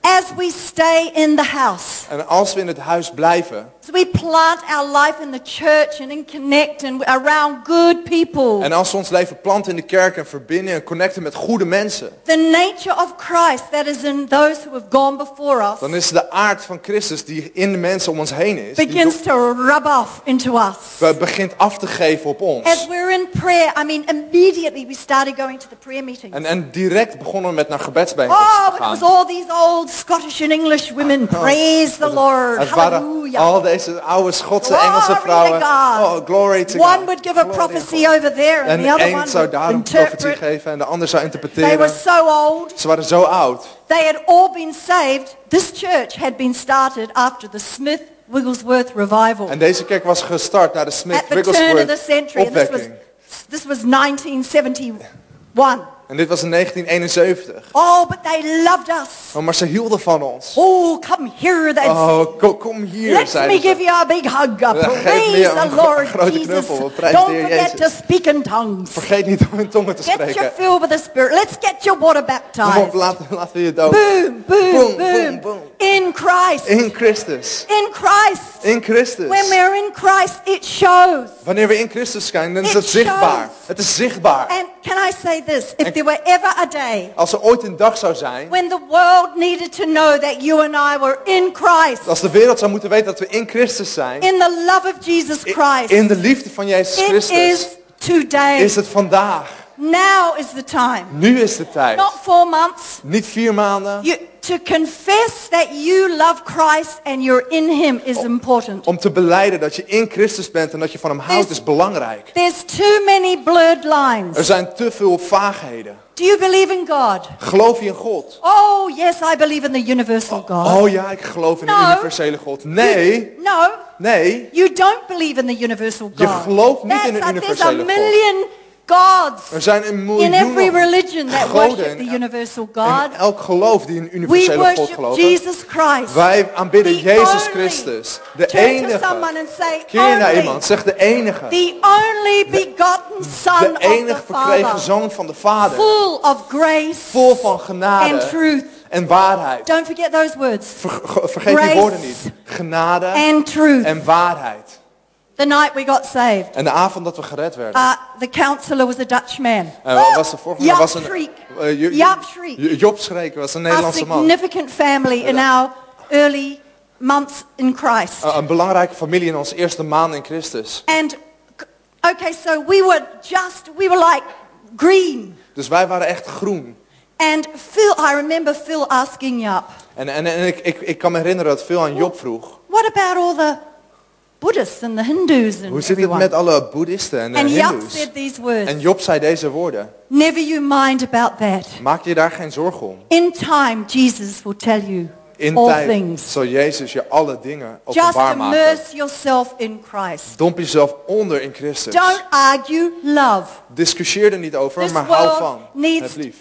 [SPEAKER 1] as we stay in the house,
[SPEAKER 2] En als we in het huis blijven
[SPEAKER 1] as we plant our life in the church and in connect and around good people,
[SPEAKER 2] en als we ons leven planten in de kerk en verbinden en connecten met goede mensen,
[SPEAKER 1] the nature of Christ that is in those who have gone before us
[SPEAKER 2] dan is de aard van Christus die in de mensen om ons heen is, die
[SPEAKER 1] begins to rub off into us.
[SPEAKER 2] be- begint af te geven op
[SPEAKER 1] As
[SPEAKER 2] ons.
[SPEAKER 1] we're in prayer, I mean, immediately we started going to the prayer meetings.
[SPEAKER 2] En, en direct begonnen we met naar gebedsbijeenkomsten
[SPEAKER 1] Oh,
[SPEAKER 2] te
[SPEAKER 1] it was
[SPEAKER 2] gaan.
[SPEAKER 1] all these old Scottish and English women. Praise the Lord.
[SPEAKER 2] Het waren
[SPEAKER 1] Hallelujah.
[SPEAKER 2] al deze oude Schotse
[SPEAKER 1] Glory
[SPEAKER 2] Engelse
[SPEAKER 1] to
[SPEAKER 2] vrouwen.
[SPEAKER 1] God.
[SPEAKER 2] Oh, glory to
[SPEAKER 1] One
[SPEAKER 2] God.
[SPEAKER 1] would give a
[SPEAKER 2] Glory to
[SPEAKER 1] prophecy
[SPEAKER 2] God.
[SPEAKER 1] over there and,
[SPEAKER 2] En
[SPEAKER 1] the
[SPEAKER 2] de
[SPEAKER 1] other one
[SPEAKER 2] een zou
[SPEAKER 1] would
[SPEAKER 2] daar een profetie
[SPEAKER 1] interpret.
[SPEAKER 2] geven en de ander zou
[SPEAKER 1] They were
[SPEAKER 2] interpreteren.
[SPEAKER 1] so old.
[SPEAKER 2] Ze waren zo oud.
[SPEAKER 1] They had all been saved. This church had been started after the Smith Wigglesworth revival.
[SPEAKER 2] En deze kerk was gestart naar de Smith
[SPEAKER 1] at the turn of the
[SPEAKER 2] Wigglesworth
[SPEAKER 1] century, and this was,
[SPEAKER 2] opwekking.
[SPEAKER 1] this was 1971.
[SPEAKER 2] En dit was in 1971.
[SPEAKER 1] Oh, but they loved us.
[SPEAKER 2] Oh, maar ze hielden van ons.
[SPEAKER 1] Oh, come here, they
[SPEAKER 2] Oh, ko- kom hier,
[SPEAKER 1] Let me
[SPEAKER 2] zeiden
[SPEAKER 1] give
[SPEAKER 2] ze.
[SPEAKER 1] you a big hug.
[SPEAKER 2] geef
[SPEAKER 1] Praise
[SPEAKER 2] me een
[SPEAKER 1] the Lord
[SPEAKER 2] grote
[SPEAKER 1] Jesus.
[SPEAKER 2] knuffel. Prijs
[SPEAKER 1] Don't
[SPEAKER 2] de Heer
[SPEAKER 1] forget to
[SPEAKER 2] Jezus.
[SPEAKER 1] speak in tongues.
[SPEAKER 2] Vergeet niet om in tongen te
[SPEAKER 1] Get your
[SPEAKER 2] spreken.
[SPEAKER 1] fill with the Spirit. Let's get your water
[SPEAKER 2] Kom op,
[SPEAKER 1] baptized.
[SPEAKER 2] laten, laten we je dopen.
[SPEAKER 1] Boom, boom,
[SPEAKER 2] Boom,
[SPEAKER 1] boom.
[SPEAKER 2] boom, boom.
[SPEAKER 1] In Christ.
[SPEAKER 2] In Christus.
[SPEAKER 1] In Christ.
[SPEAKER 2] In Christus.
[SPEAKER 1] When we're in Christ, it shows.
[SPEAKER 2] Wanneer we in Christus zijn, dan is
[SPEAKER 1] It
[SPEAKER 2] het zichtbaar.
[SPEAKER 1] shows.
[SPEAKER 2] Het is zichtbaar.
[SPEAKER 1] And can I say this? If
[SPEAKER 2] And-
[SPEAKER 1] there were ever a day
[SPEAKER 2] Als er ooit een dag zou zijn,
[SPEAKER 1] when the world needed to know that you and I were in Christ,
[SPEAKER 2] als de wereld zou moeten weten dat we in Christus zijn,
[SPEAKER 1] in the love of Jesus Christ.
[SPEAKER 2] in de liefde van Jezus
[SPEAKER 1] it
[SPEAKER 2] Christus,
[SPEAKER 1] is today.
[SPEAKER 2] is het vandaag.
[SPEAKER 1] Now is the time.
[SPEAKER 2] Nu is de tijd.
[SPEAKER 1] Not four months.
[SPEAKER 2] Niet vier maanden.
[SPEAKER 1] You, to confess that you love Christ and you're in Him is important.
[SPEAKER 2] Om te beleiden dat je in Christus bent en dat je van hem houdt is belangrijk.
[SPEAKER 1] There's too many blurred
[SPEAKER 2] Er
[SPEAKER 1] lines.
[SPEAKER 2] zijn te veel vaagheden.
[SPEAKER 1] Do you believe in God?
[SPEAKER 2] Geloof je in God?
[SPEAKER 1] Oh, yes, I believe in the universal God.
[SPEAKER 2] Oh ja, ik geloof in de
[SPEAKER 1] No.
[SPEAKER 2] universele God. Nee,
[SPEAKER 1] You- no,
[SPEAKER 2] nee.
[SPEAKER 1] you don't believe in the universal
[SPEAKER 2] Je
[SPEAKER 1] God.
[SPEAKER 2] gelooft niet in
[SPEAKER 1] That's
[SPEAKER 2] een
[SPEAKER 1] a-
[SPEAKER 2] universele
[SPEAKER 1] There's a
[SPEAKER 2] God.
[SPEAKER 1] million gods.
[SPEAKER 2] Er zijn een
[SPEAKER 1] in every
[SPEAKER 2] miljoen
[SPEAKER 1] religion that
[SPEAKER 2] goden
[SPEAKER 1] worship the
[SPEAKER 2] in,
[SPEAKER 1] universal
[SPEAKER 2] el- in
[SPEAKER 1] God,
[SPEAKER 2] elk geloof die een
[SPEAKER 1] we
[SPEAKER 2] universele God
[SPEAKER 1] worship
[SPEAKER 2] geloven.
[SPEAKER 1] Jesus Christ.
[SPEAKER 2] Wij aanbidden
[SPEAKER 1] The
[SPEAKER 2] Jezus
[SPEAKER 1] only-
[SPEAKER 2] Christus, de
[SPEAKER 1] Turn to someone
[SPEAKER 2] enige.
[SPEAKER 1] and say,
[SPEAKER 2] Keer naar
[SPEAKER 1] only,
[SPEAKER 2] iemand, zeg de enige.
[SPEAKER 1] the only begotten Son
[SPEAKER 2] De
[SPEAKER 1] of the
[SPEAKER 2] enige verkregen
[SPEAKER 1] Father,
[SPEAKER 2] zoon van de Vader.
[SPEAKER 1] full of grace
[SPEAKER 2] Vol van
[SPEAKER 1] and
[SPEAKER 2] genade
[SPEAKER 1] truth.
[SPEAKER 2] en waarheid.
[SPEAKER 1] Don't forget those words.
[SPEAKER 2] Ver- ge- vergeet
[SPEAKER 1] Grace
[SPEAKER 2] die woorden niet. Genade
[SPEAKER 1] And truth.
[SPEAKER 2] en waarheid.
[SPEAKER 1] The night we got saved,
[SPEAKER 2] En de avond dat we gered werden.
[SPEAKER 1] uh, the counselor was a Dutch man.
[SPEAKER 2] En Eh, wa- was de volgende
[SPEAKER 1] Jaap
[SPEAKER 2] was een
[SPEAKER 1] Schriek.
[SPEAKER 2] eh, Jo-
[SPEAKER 1] Jaap Schriek.
[SPEAKER 2] Jo- Job Schreek was een
[SPEAKER 1] Our
[SPEAKER 2] Nederlandse man.
[SPEAKER 1] significant family in our early months in Christ.
[SPEAKER 2] Eh, een belangrijke familie in onze eerste maand in Christus.
[SPEAKER 1] And okay, so we were just we were like green.
[SPEAKER 2] Dus wij waren echt groen.
[SPEAKER 1] And Phil, I remember Phil asking Yap,
[SPEAKER 2] En, en, en ik, ik, ik kan me herinneren dat veel aan Job vroeg.
[SPEAKER 1] "What about all the Buddhists and the Hindus and
[SPEAKER 2] Hoe zit het
[SPEAKER 1] everyone?"
[SPEAKER 2] met alle boeddhisten en de
[SPEAKER 1] and Yap
[SPEAKER 2] hindoes?
[SPEAKER 1] said these words,
[SPEAKER 2] En Job zei deze woorden.
[SPEAKER 1] "Never you mind about that.
[SPEAKER 2] Maak je daar geen zorgen om.
[SPEAKER 1] In time, Jesus will tell you
[SPEAKER 2] In
[SPEAKER 1] all
[SPEAKER 2] tijd
[SPEAKER 1] things.
[SPEAKER 2] zal Jezus je alle dingen
[SPEAKER 1] Just
[SPEAKER 2] openbaar maken.
[SPEAKER 1] immerse yourself in Christ.
[SPEAKER 2] Domp jezelf onder in Christus.
[SPEAKER 1] Don't argue. Love
[SPEAKER 2] Discussieer er niet over,
[SPEAKER 1] This
[SPEAKER 2] maar hou
[SPEAKER 1] world
[SPEAKER 2] van.
[SPEAKER 1] needs-
[SPEAKER 2] Heb lief.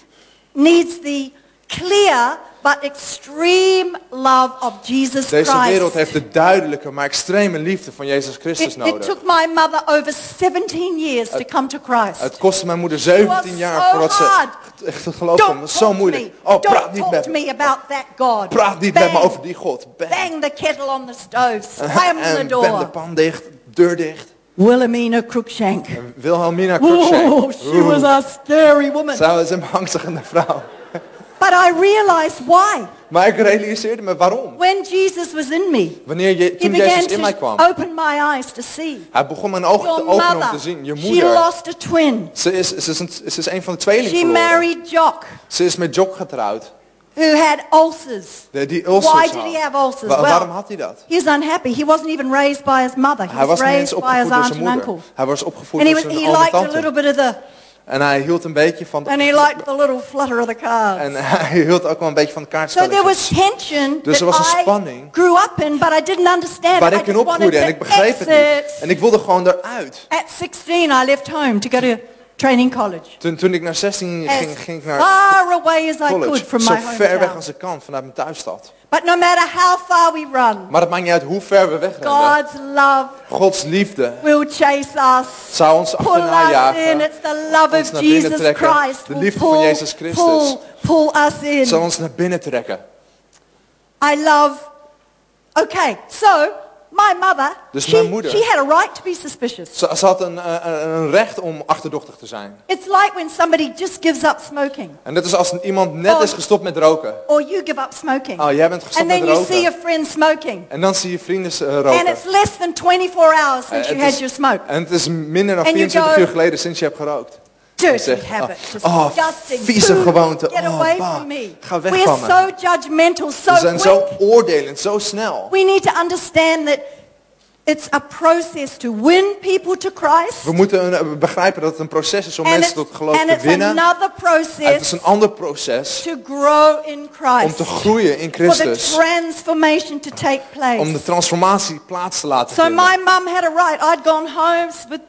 [SPEAKER 1] needs the clear but extreme love of Jesus
[SPEAKER 2] Deze wereld
[SPEAKER 1] Christ."
[SPEAKER 2] heeft de duidelijke, maar extreme liefde van Jezus Christus
[SPEAKER 1] It, it
[SPEAKER 2] nodig.
[SPEAKER 1] took my mother over 17 years to come to
[SPEAKER 2] Het
[SPEAKER 1] Christ.
[SPEAKER 2] kostte mijn moeder
[SPEAKER 1] It was
[SPEAKER 2] 17 jaar
[SPEAKER 1] so
[SPEAKER 2] voordat ze
[SPEAKER 1] hard.
[SPEAKER 2] echt het geloof kwam.
[SPEAKER 1] Don't
[SPEAKER 2] Het is zo
[SPEAKER 1] talk to me.
[SPEAKER 2] moeilijk. Oh, praat
[SPEAKER 1] Don't
[SPEAKER 2] niet
[SPEAKER 1] talk
[SPEAKER 2] met
[SPEAKER 1] to
[SPEAKER 2] me.
[SPEAKER 1] me about that God.
[SPEAKER 2] Praat niet
[SPEAKER 1] bang,
[SPEAKER 2] met me over die God. Bang.
[SPEAKER 1] Bang Uh-huh. the kettle on the stove. Slam the
[SPEAKER 2] En bam, de
[SPEAKER 1] door.
[SPEAKER 2] pan dicht, deur dicht.
[SPEAKER 1] Wilhelmina Cruikshank.
[SPEAKER 2] En Wilhelmina
[SPEAKER 1] Whoa,
[SPEAKER 2] Crookshank.
[SPEAKER 1] she was a scary woman.
[SPEAKER 2] Zij was een beangstigende vrouw.
[SPEAKER 1] But I realized why.
[SPEAKER 2] Maar ik realiseerde me waarom.
[SPEAKER 1] When Jesus was in me,
[SPEAKER 2] Wanneer je,
[SPEAKER 1] he
[SPEAKER 2] toen Jezus
[SPEAKER 1] began
[SPEAKER 2] in mij
[SPEAKER 1] to
[SPEAKER 2] kwam,
[SPEAKER 1] open my eyes to see.
[SPEAKER 2] hij begon mijn ogen
[SPEAKER 1] Your
[SPEAKER 2] te openen om te
[SPEAKER 1] mother,
[SPEAKER 2] zien. Je
[SPEAKER 1] she
[SPEAKER 2] moeder,
[SPEAKER 1] lost a twin.
[SPEAKER 2] ze is, ze is, een, ze is een van de tweelingen
[SPEAKER 1] She
[SPEAKER 2] verloren.
[SPEAKER 1] married Jock,
[SPEAKER 2] Ze is met Jock getrouwd.
[SPEAKER 1] who had ulcers.
[SPEAKER 2] De- die ulcers
[SPEAKER 1] Why
[SPEAKER 2] had.
[SPEAKER 1] did he have ulcers?
[SPEAKER 2] Wa- waarom
[SPEAKER 1] Well,
[SPEAKER 2] had hij dat?
[SPEAKER 1] he's unhappy. He wasn't even raised by his mother. He
[SPEAKER 2] Hij
[SPEAKER 1] was
[SPEAKER 2] was niet eens
[SPEAKER 1] raised by
[SPEAKER 2] opgevoed
[SPEAKER 1] his
[SPEAKER 2] door
[SPEAKER 1] aunt
[SPEAKER 2] zijn
[SPEAKER 1] and
[SPEAKER 2] moeder.
[SPEAKER 1] uncle.
[SPEAKER 2] Hij was
[SPEAKER 1] And
[SPEAKER 2] opgevoed
[SPEAKER 1] he,
[SPEAKER 2] door
[SPEAKER 1] was,
[SPEAKER 2] zijn
[SPEAKER 1] he
[SPEAKER 2] oom en
[SPEAKER 1] liked a little
[SPEAKER 2] tante.
[SPEAKER 1] bit of the,
[SPEAKER 2] En hij hield een beetje van
[SPEAKER 1] and
[SPEAKER 2] de,
[SPEAKER 1] he liked the little flutter of the cards.
[SPEAKER 2] en hij hield ook wel een beetje van de
[SPEAKER 1] So there was
[SPEAKER 2] kaartspelletjes.
[SPEAKER 1] tension
[SPEAKER 2] Dus er was een
[SPEAKER 1] that I
[SPEAKER 2] spanning.
[SPEAKER 1] grew up in, but I didn't understand.
[SPEAKER 2] Waar
[SPEAKER 1] it.
[SPEAKER 2] ik
[SPEAKER 1] I
[SPEAKER 2] in
[SPEAKER 1] just wanted
[SPEAKER 2] opgroeide en
[SPEAKER 1] to
[SPEAKER 2] ik begreep het niet.
[SPEAKER 1] exit.
[SPEAKER 2] En ik wilde gewoon eruit.
[SPEAKER 1] At 16, I left home to go to training college.
[SPEAKER 2] Toen, toen ik naar 16 ging,
[SPEAKER 1] As
[SPEAKER 2] ging ik naar
[SPEAKER 1] far away as I could
[SPEAKER 2] college.
[SPEAKER 1] from
[SPEAKER 2] Zo
[SPEAKER 1] my
[SPEAKER 2] ver weg als
[SPEAKER 1] hometown.
[SPEAKER 2] ik kan vanuit mijn thuisstad.
[SPEAKER 1] But no matter how far we run,
[SPEAKER 2] Maar het maakt niet uit hoe ver we wegrennen.
[SPEAKER 1] God's love
[SPEAKER 2] Gods liefde
[SPEAKER 1] will chase us.
[SPEAKER 2] zou ons
[SPEAKER 1] Pull
[SPEAKER 2] achterna
[SPEAKER 1] us in.
[SPEAKER 2] jagen.
[SPEAKER 1] uh, It's the love
[SPEAKER 2] ons
[SPEAKER 1] of
[SPEAKER 2] naar binnen
[SPEAKER 1] Jesus
[SPEAKER 2] trekken.
[SPEAKER 1] Christ.
[SPEAKER 2] De
[SPEAKER 1] will
[SPEAKER 2] liefde van
[SPEAKER 1] pull,
[SPEAKER 2] Jezus Christus.
[SPEAKER 1] Pull, pull us in.
[SPEAKER 2] Zou ons naar binnen trekken.
[SPEAKER 1] I love. Okay, so my mother,
[SPEAKER 2] Dus
[SPEAKER 1] she,
[SPEAKER 2] mijn moeder-
[SPEAKER 1] she had a right to be suspicious.
[SPEAKER 2] Ze, ze had een, eh, een een recht om achterdochtig te zijn.
[SPEAKER 1] It's like when somebody just gives up smoking,
[SPEAKER 2] En dat is als iemand net
[SPEAKER 1] Oh.
[SPEAKER 2] is gestopt met roken.
[SPEAKER 1] or you give up smoking,
[SPEAKER 2] Oh, jij bent gestopt
[SPEAKER 1] and then
[SPEAKER 2] met
[SPEAKER 1] you see a
[SPEAKER 2] roken.
[SPEAKER 1] friend smoking,
[SPEAKER 2] En dan zie je vrienden eh,
[SPEAKER 1] and
[SPEAKER 2] roken.
[SPEAKER 1] it's less than 24 hours since
[SPEAKER 2] Eh,
[SPEAKER 1] you
[SPEAKER 2] het
[SPEAKER 1] had
[SPEAKER 2] is-
[SPEAKER 1] your smoke.
[SPEAKER 2] En het is minder dan
[SPEAKER 1] And you
[SPEAKER 2] 24
[SPEAKER 1] go-
[SPEAKER 2] uur geleden sinds je hebt gerookt. Je
[SPEAKER 1] Dirty
[SPEAKER 2] zegt,
[SPEAKER 1] habit,
[SPEAKER 2] oh,
[SPEAKER 1] disgusting.
[SPEAKER 2] vieze
[SPEAKER 1] poo,
[SPEAKER 2] gewoonte.
[SPEAKER 1] Get
[SPEAKER 2] Oh,
[SPEAKER 1] away
[SPEAKER 2] bah,
[SPEAKER 1] from me.
[SPEAKER 2] ga weg
[SPEAKER 1] We're
[SPEAKER 2] van me.
[SPEAKER 1] so judgmental, so
[SPEAKER 2] Ze zijn zo
[SPEAKER 1] quick.
[SPEAKER 2] oordelend, zo snel.
[SPEAKER 1] We need to understand that it's a process to win people to Christ,
[SPEAKER 2] We moeten een- eh, begrijpen dat het een proces is om
[SPEAKER 1] and
[SPEAKER 2] mensen
[SPEAKER 1] it's,
[SPEAKER 2] tot geloof
[SPEAKER 1] and
[SPEAKER 2] te
[SPEAKER 1] it's
[SPEAKER 2] winnen.
[SPEAKER 1] another
[SPEAKER 2] Het is
[SPEAKER 1] process
[SPEAKER 2] een ander proces
[SPEAKER 1] to grow in
[SPEAKER 2] om
[SPEAKER 1] Christ,
[SPEAKER 2] te groeien in
[SPEAKER 1] for the
[SPEAKER 2] Christus.
[SPEAKER 1] transformation to take place.
[SPEAKER 2] Om de transformatie plaats te laten
[SPEAKER 1] So
[SPEAKER 2] vinden.
[SPEAKER 1] my mum had a right. I'd gone home s- with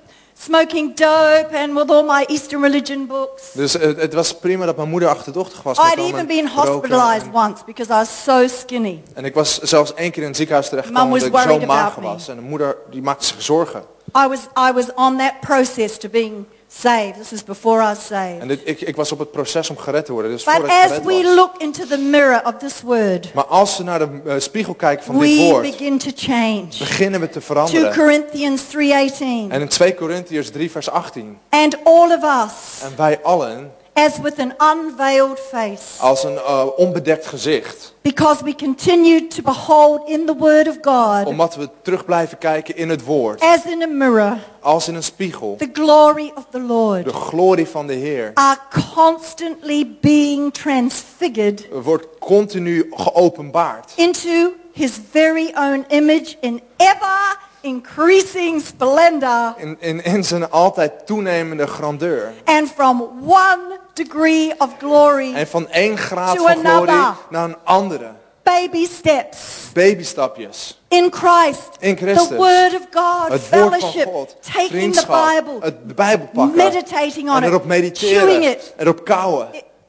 [SPEAKER 1] smoking dope and with all my Eastern religion books.
[SPEAKER 2] Dus het, het was prima dat mijn moeder achterdochtig was. met
[SPEAKER 1] I'd
[SPEAKER 2] al
[SPEAKER 1] even
[SPEAKER 2] mijn
[SPEAKER 1] been
[SPEAKER 2] roken.
[SPEAKER 1] hospitalized once because I was so skinny.
[SPEAKER 2] En ik was zelfs één keer in het ziekenhuis
[SPEAKER 1] Mom
[SPEAKER 2] terechtgekomen omdat ik
[SPEAKER 1] was
[SPEAKER 2] zo
[SPEAKER 1] worried about
[SPEAKER 2] mager
[SPEAKER 1] me.
[SPEAKER 2] was. En de moeder die maakte zich zorgen.
[SPEAKER 1] I was, I was on that process to being saved. This is before I was
[SPEAKER 2] En
[SPEAKER 1] saved.
[SPEAKER 2] dit, ik, ik was op het proces om gered te worden. Dus
[SPEAKER 1] But
[SPEAKER 2] voordat ik
[SPEAKER 1] as
[SPEAKER 2] gered
[SPEAKER 1] we
[SPEAKER 2] was.
[SPEAKER 1] look into the mirror of this word,
[SPEAKER 2] Maar als we naar de eh, spiegel kijken van dit
[SPEAKER 1] we
[SPEAKER 2] woord,
[SPEAKER 1] begin to change.
[SPEAKER 2] beginnen we te
[SPEAKER 1] 2
[SPEAKER 2] veranderen.
[SPEAKER 1] Corinthians 3.18.
[SPEAKER 2] En in 2 Corinthians 3 vers 18.
[SPEAKER 1] And all of us,
[SPEAKER 2] En wij allen
[SPEAKER 1] as with an unveiled face,
[SPEAKER 2] als een eh, onbedekt gezicht.
[SPEAKER 1] because we continue to behold in the word of God,
[SPEAKER 2] Omdat we terug blijven kijken in het woord.
[SPEAKER 1] as in a mirror,
[SPEAKER 2] Als in een spiegel.
[SPEAKER 1] the glory of the
[SPEAKER 2] De
[SPEAKER 1] Lord
[SPEAKER 2] glorie van de Heer
[SPEAKER 1] are constantly being transfigured
[SPEAKER 2] wordt continu geopenbaard.
[SPEAKER 1] into his very own image in ever increasing splendor
[SPEAKER 2] In, in, in zijn altijd toenemende grandeur.
[SPEAKER 1] and from one degree of glory
[SPEAKER 2] En van één graad
[SPEAKER 1] To
[SPEAKER 2] van glorie
[SPEAKER 1] another.
[SPEAKER 2] naar een andere.
[SPEAKER 1] baby steps
[SPEAKER 2] Babystapjes.
[SPEAKER 1] in Christ
[SPEAKER 2] In
[SPEAKER 1] the
[SPEAKER 2] Christus.
[SPEAKER 1] word of God
[SPEAKER 2] Het woord van
[SPEAKER 1] fellowship
[SPEAKER 2] God.
[SPEAKER 1] taking the
[SPEAKER 2] Vriendschap.
[SPEAKER 1] Bible
[SPEAKER 2] Het, de Bijbel pakken.
[SPEAKER 1] meditating on
[SPEAKER 2] en erop
[SPEAKER 1] it chewing
[SPEAKER 2] mediteren.
[SPEAKER 1] it
[SPEAKER 2] Erop kauwen.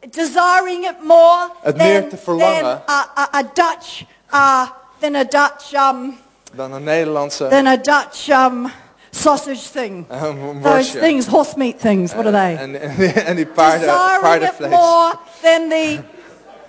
[SPEAKER 1] desiring it more
[SPEAKER 2] Het meer
[SPEAKER 1] than,
[SPEAKER 2] te verlangen.
[SPEAKER 1] than a, a, a Dutch uh, than a Dutch um,
[SPEAKER 2] Dan een Nederlandse
[SPEAKER 1] than a Dutch um, sausage thing.
[SPEAKER 2] um,
[SPEAKER 1] Those
[SPEAKER 2] worstje.
[SPEAKER 1] things, horse meat things. What are they?
[SPEAKER 2] En, en, en die paarden,
[SPEAKER 1] Desiring it
[SPEAKER 2] paardenvlees.
[SPEAKER 1] more than the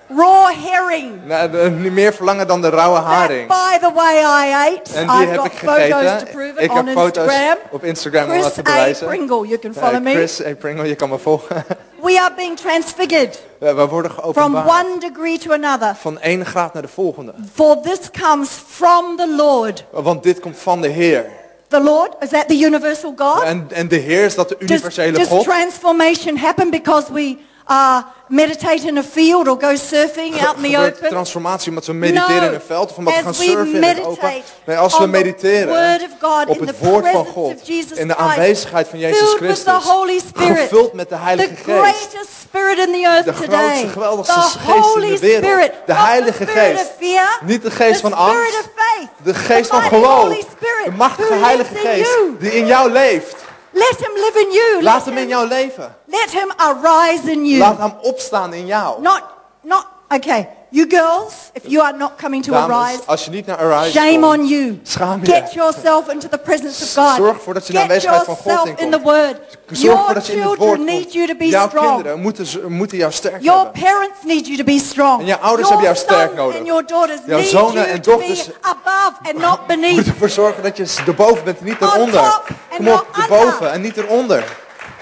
[SPEAKER 1] raw herring.
[SPEAKER 2] Nou, de- niet meer verlangen dan de rauwe
[SPEAKER 1] That,
[SPEAKER 2] haring.
[SPEAKER 1] by the way, I ate.
[SPEAKER 2] En die
[SPEAKER 1] I've
[SPEAKER 2] heb
[SPEAKER 1] got
[SPEAKER 2] ik
[SPEAKER 1] photos to prove
[SPEAKER 2] gegeten.
[SPEAKER 1] it
[SPEAKER 2] Ik
[SPEAKER 1] on
[SPEAKER 2] heb foto's
[SPEAKER 1] Instagram.
[SPEAKER 2] op Instagram om dat
[SPEAKER 1] Chris
[SPEAKER 2] te
[SPEAKER 1] A.
[SPEAKER 2] bewijzen.
[SPEAKER 1] Pringle, you can
[SPEAKER 2] Eh,
[SPEAKER 1] follow me.
[SPEAKER 2] Chris A. Pringle, je kan me volgen.
[SPEAKER 1] We are being transfigured
[SPEAKER 2] Ja, we worden
[SPEAKER 1] from
[SPEAKER 2] geopenbaard.
[SPEAKER 1] one degree to another.
[SPEAKER 2] Van één graad naar de volgende.
[SPEAKER 1] For this comes from the Lord.
[SPEAKER 2] Want dit komt van de Heer.
[SPEAKER 1] The Lord, is that the universal God?
[SPEAKER 2] En, en de Heer is dat de
[SPEAKER 1] Does,
[SPEAKER 2] universele
[SPEAKER 1] does
[SPEAKER 2] God.
[SPEAKER 1] transformation happen because we uh, meditate in a field or go surfing out in the
[SPEAKER 2] Gebeurt
[SPEAKER 1] open?
[SPEAKER 2] transformatie omdat we mediteren in
[SPEAKER 1] No.
[SPEAKER 2] een veld of omdat we
[SPEAKER 1] As
[SPEAKER 2] gaan
[SPEAKER 1] we
[SPEAKER 2] surfen in het open.
[SPEAKER 1] meditate
[SPEAKER 2] Nee, als we
[SPEAKER 1] on the
[SPEAKER 2] mediteren
[SPEAKER 1] word of God
[SPEAKER 2] op
[SPEAKER 1] in
[SPEAKER 2] het
[SPEAKER 1] the
[SPEAKER 2] woord van
[SPEAKER 1] presence of
[SPEAKER 2] God,
[SPEAKER 1] Jesus
[SPEAKER 2] in de
[SPEAKER 1] Christ,
[SPEAKER 2] aanwezigheid van Jezus
[SPEAKER 1] filled with the
[SPEAKER 2] Christus,
[SPEAKER 1] Holy Spirit,
[SPEAKER 2] gevuld met de Heilige
[SPEAKER 1] The
[SPEAKER 2] Geest,
[SPEAKER 1] greatest spirit in the earth
[SPEAKER 2] de
[SPEAKER 1] today.
[SPEAKER 2] grootste, geweldigste
[SPEAKER 1] the
[SPEAKER 2] geest in
[SPEAKER 1] Holy
[SPEAKER 2] de wereld,
[SPEAKER 1] Spirit.
[SPEAKER 2] de
[SPEAKER 1] not
[SPEAKER 2] Heilige
[SPEAKER 1] the spirit
[SPEAKER 2] Geest,
[SPEAKER 1] Of fear,
[SPEAKER 2] niet de geest
[SPEAKER 1] the
[SPEAKER 2] van
[SPEAKER 1] spirit
[SPEAKER 2] angst,
[SPEAKER 1] Of faith,
[SPEAKER 2] de geest
[SPEAKER 1] the
[SPEAKER 2] van
[SPEAKER 1] mighty
[SPEAKER 2] geloof,
[SPEAKER 1] Holy Spirit,
[SPEAKER 2] de machtige
[SPEAKER 1] who
[SPEAKER 2] Heilige
[SPEAKER 1] lives in
[SPEAKER 2] Geest
[SPEAKER 1] you.
[SPEAKER 2] die in jou leeft.
[SPEAKER 1] Let him live in you.
[SPEAKER 2] Laat
[SPEAKER 1] let
[SPEAKER 2] hem in jou leven.
[SPEAKER 1] Let him arise in you.
[SPEAKER 2] Laat hem opstaan in jou.
[SPEAKER 1] Not, not, okay. You girls, if you are not coming to
[SPEAKER 2] Dames,
[SPEAKER 1] Arise,
[SPEAKER 2] als je niet naar Arise
[SPEAKER 1] shame
[SPEAKER 2] komt,
[SPEAKER 1] on you.
[SPEAKER 2] schaam je.
[SPEAKER 1] Get yourself into the presence of God.
[SPEAKER 2] Zorg ervoor dat je in de
[SPEAKER 1] Get
[SPEAKER 2] aanwezigheid van God
[SPEAKER 1] yourself
[SPEAKER 2] inkomt.
[SPEAKER 1] in the Word.
[SPEAKER 2] Zorg
[SPEAKER 1] Your
[SPEAKER 2] ervoor dat je in het woord
[SPEAKER 1] children need
[SPEAKER 2] komt.
[SPEAKER 1] you to be
[SPEAKER 2] Jouw
[SPEAKER 1] strong.
[SPEAKER 2] kinderen moeten, ze- moeten jou sterk
[SPEAKER 1] Your
[SPEAKER 2] hebben.
[SPEAKER 1] parents need you to be strong.
[SPEAKER 2] En je ouders
[SPEAKER 1] your
[SPEAKER 2] hebben jou sterk
[SPEAKER 1] sons
[SPEAKER 2] nodig.
[SPEAKER 1] And your daughters
[SPEAKER 2] Jouw
[SPEAKER 1] need
[SPEAKER 2] zonen
[SPEAKER 1] you
[SPEAKER 2] en
[SPEAKER 1] to
[SPEAKER 2] dochters
[SPEAKER 1] be above and not
[SPEAKER 2] Je moet
[SPEAKER 1] beneath.
[SPEAKER 2] ervoor zorgen dat je erboven bent en niet
[SPEAKER 1] On
[SPEAKER 2] eronder.
[SPEAKER 1] top and
[SPEAKER 2] Kom op,
[SPEAKER 1] not
[SPEAKER 2] erboven
[SPEAKER 1] under.
[SPEAKER 2] en niet eronder.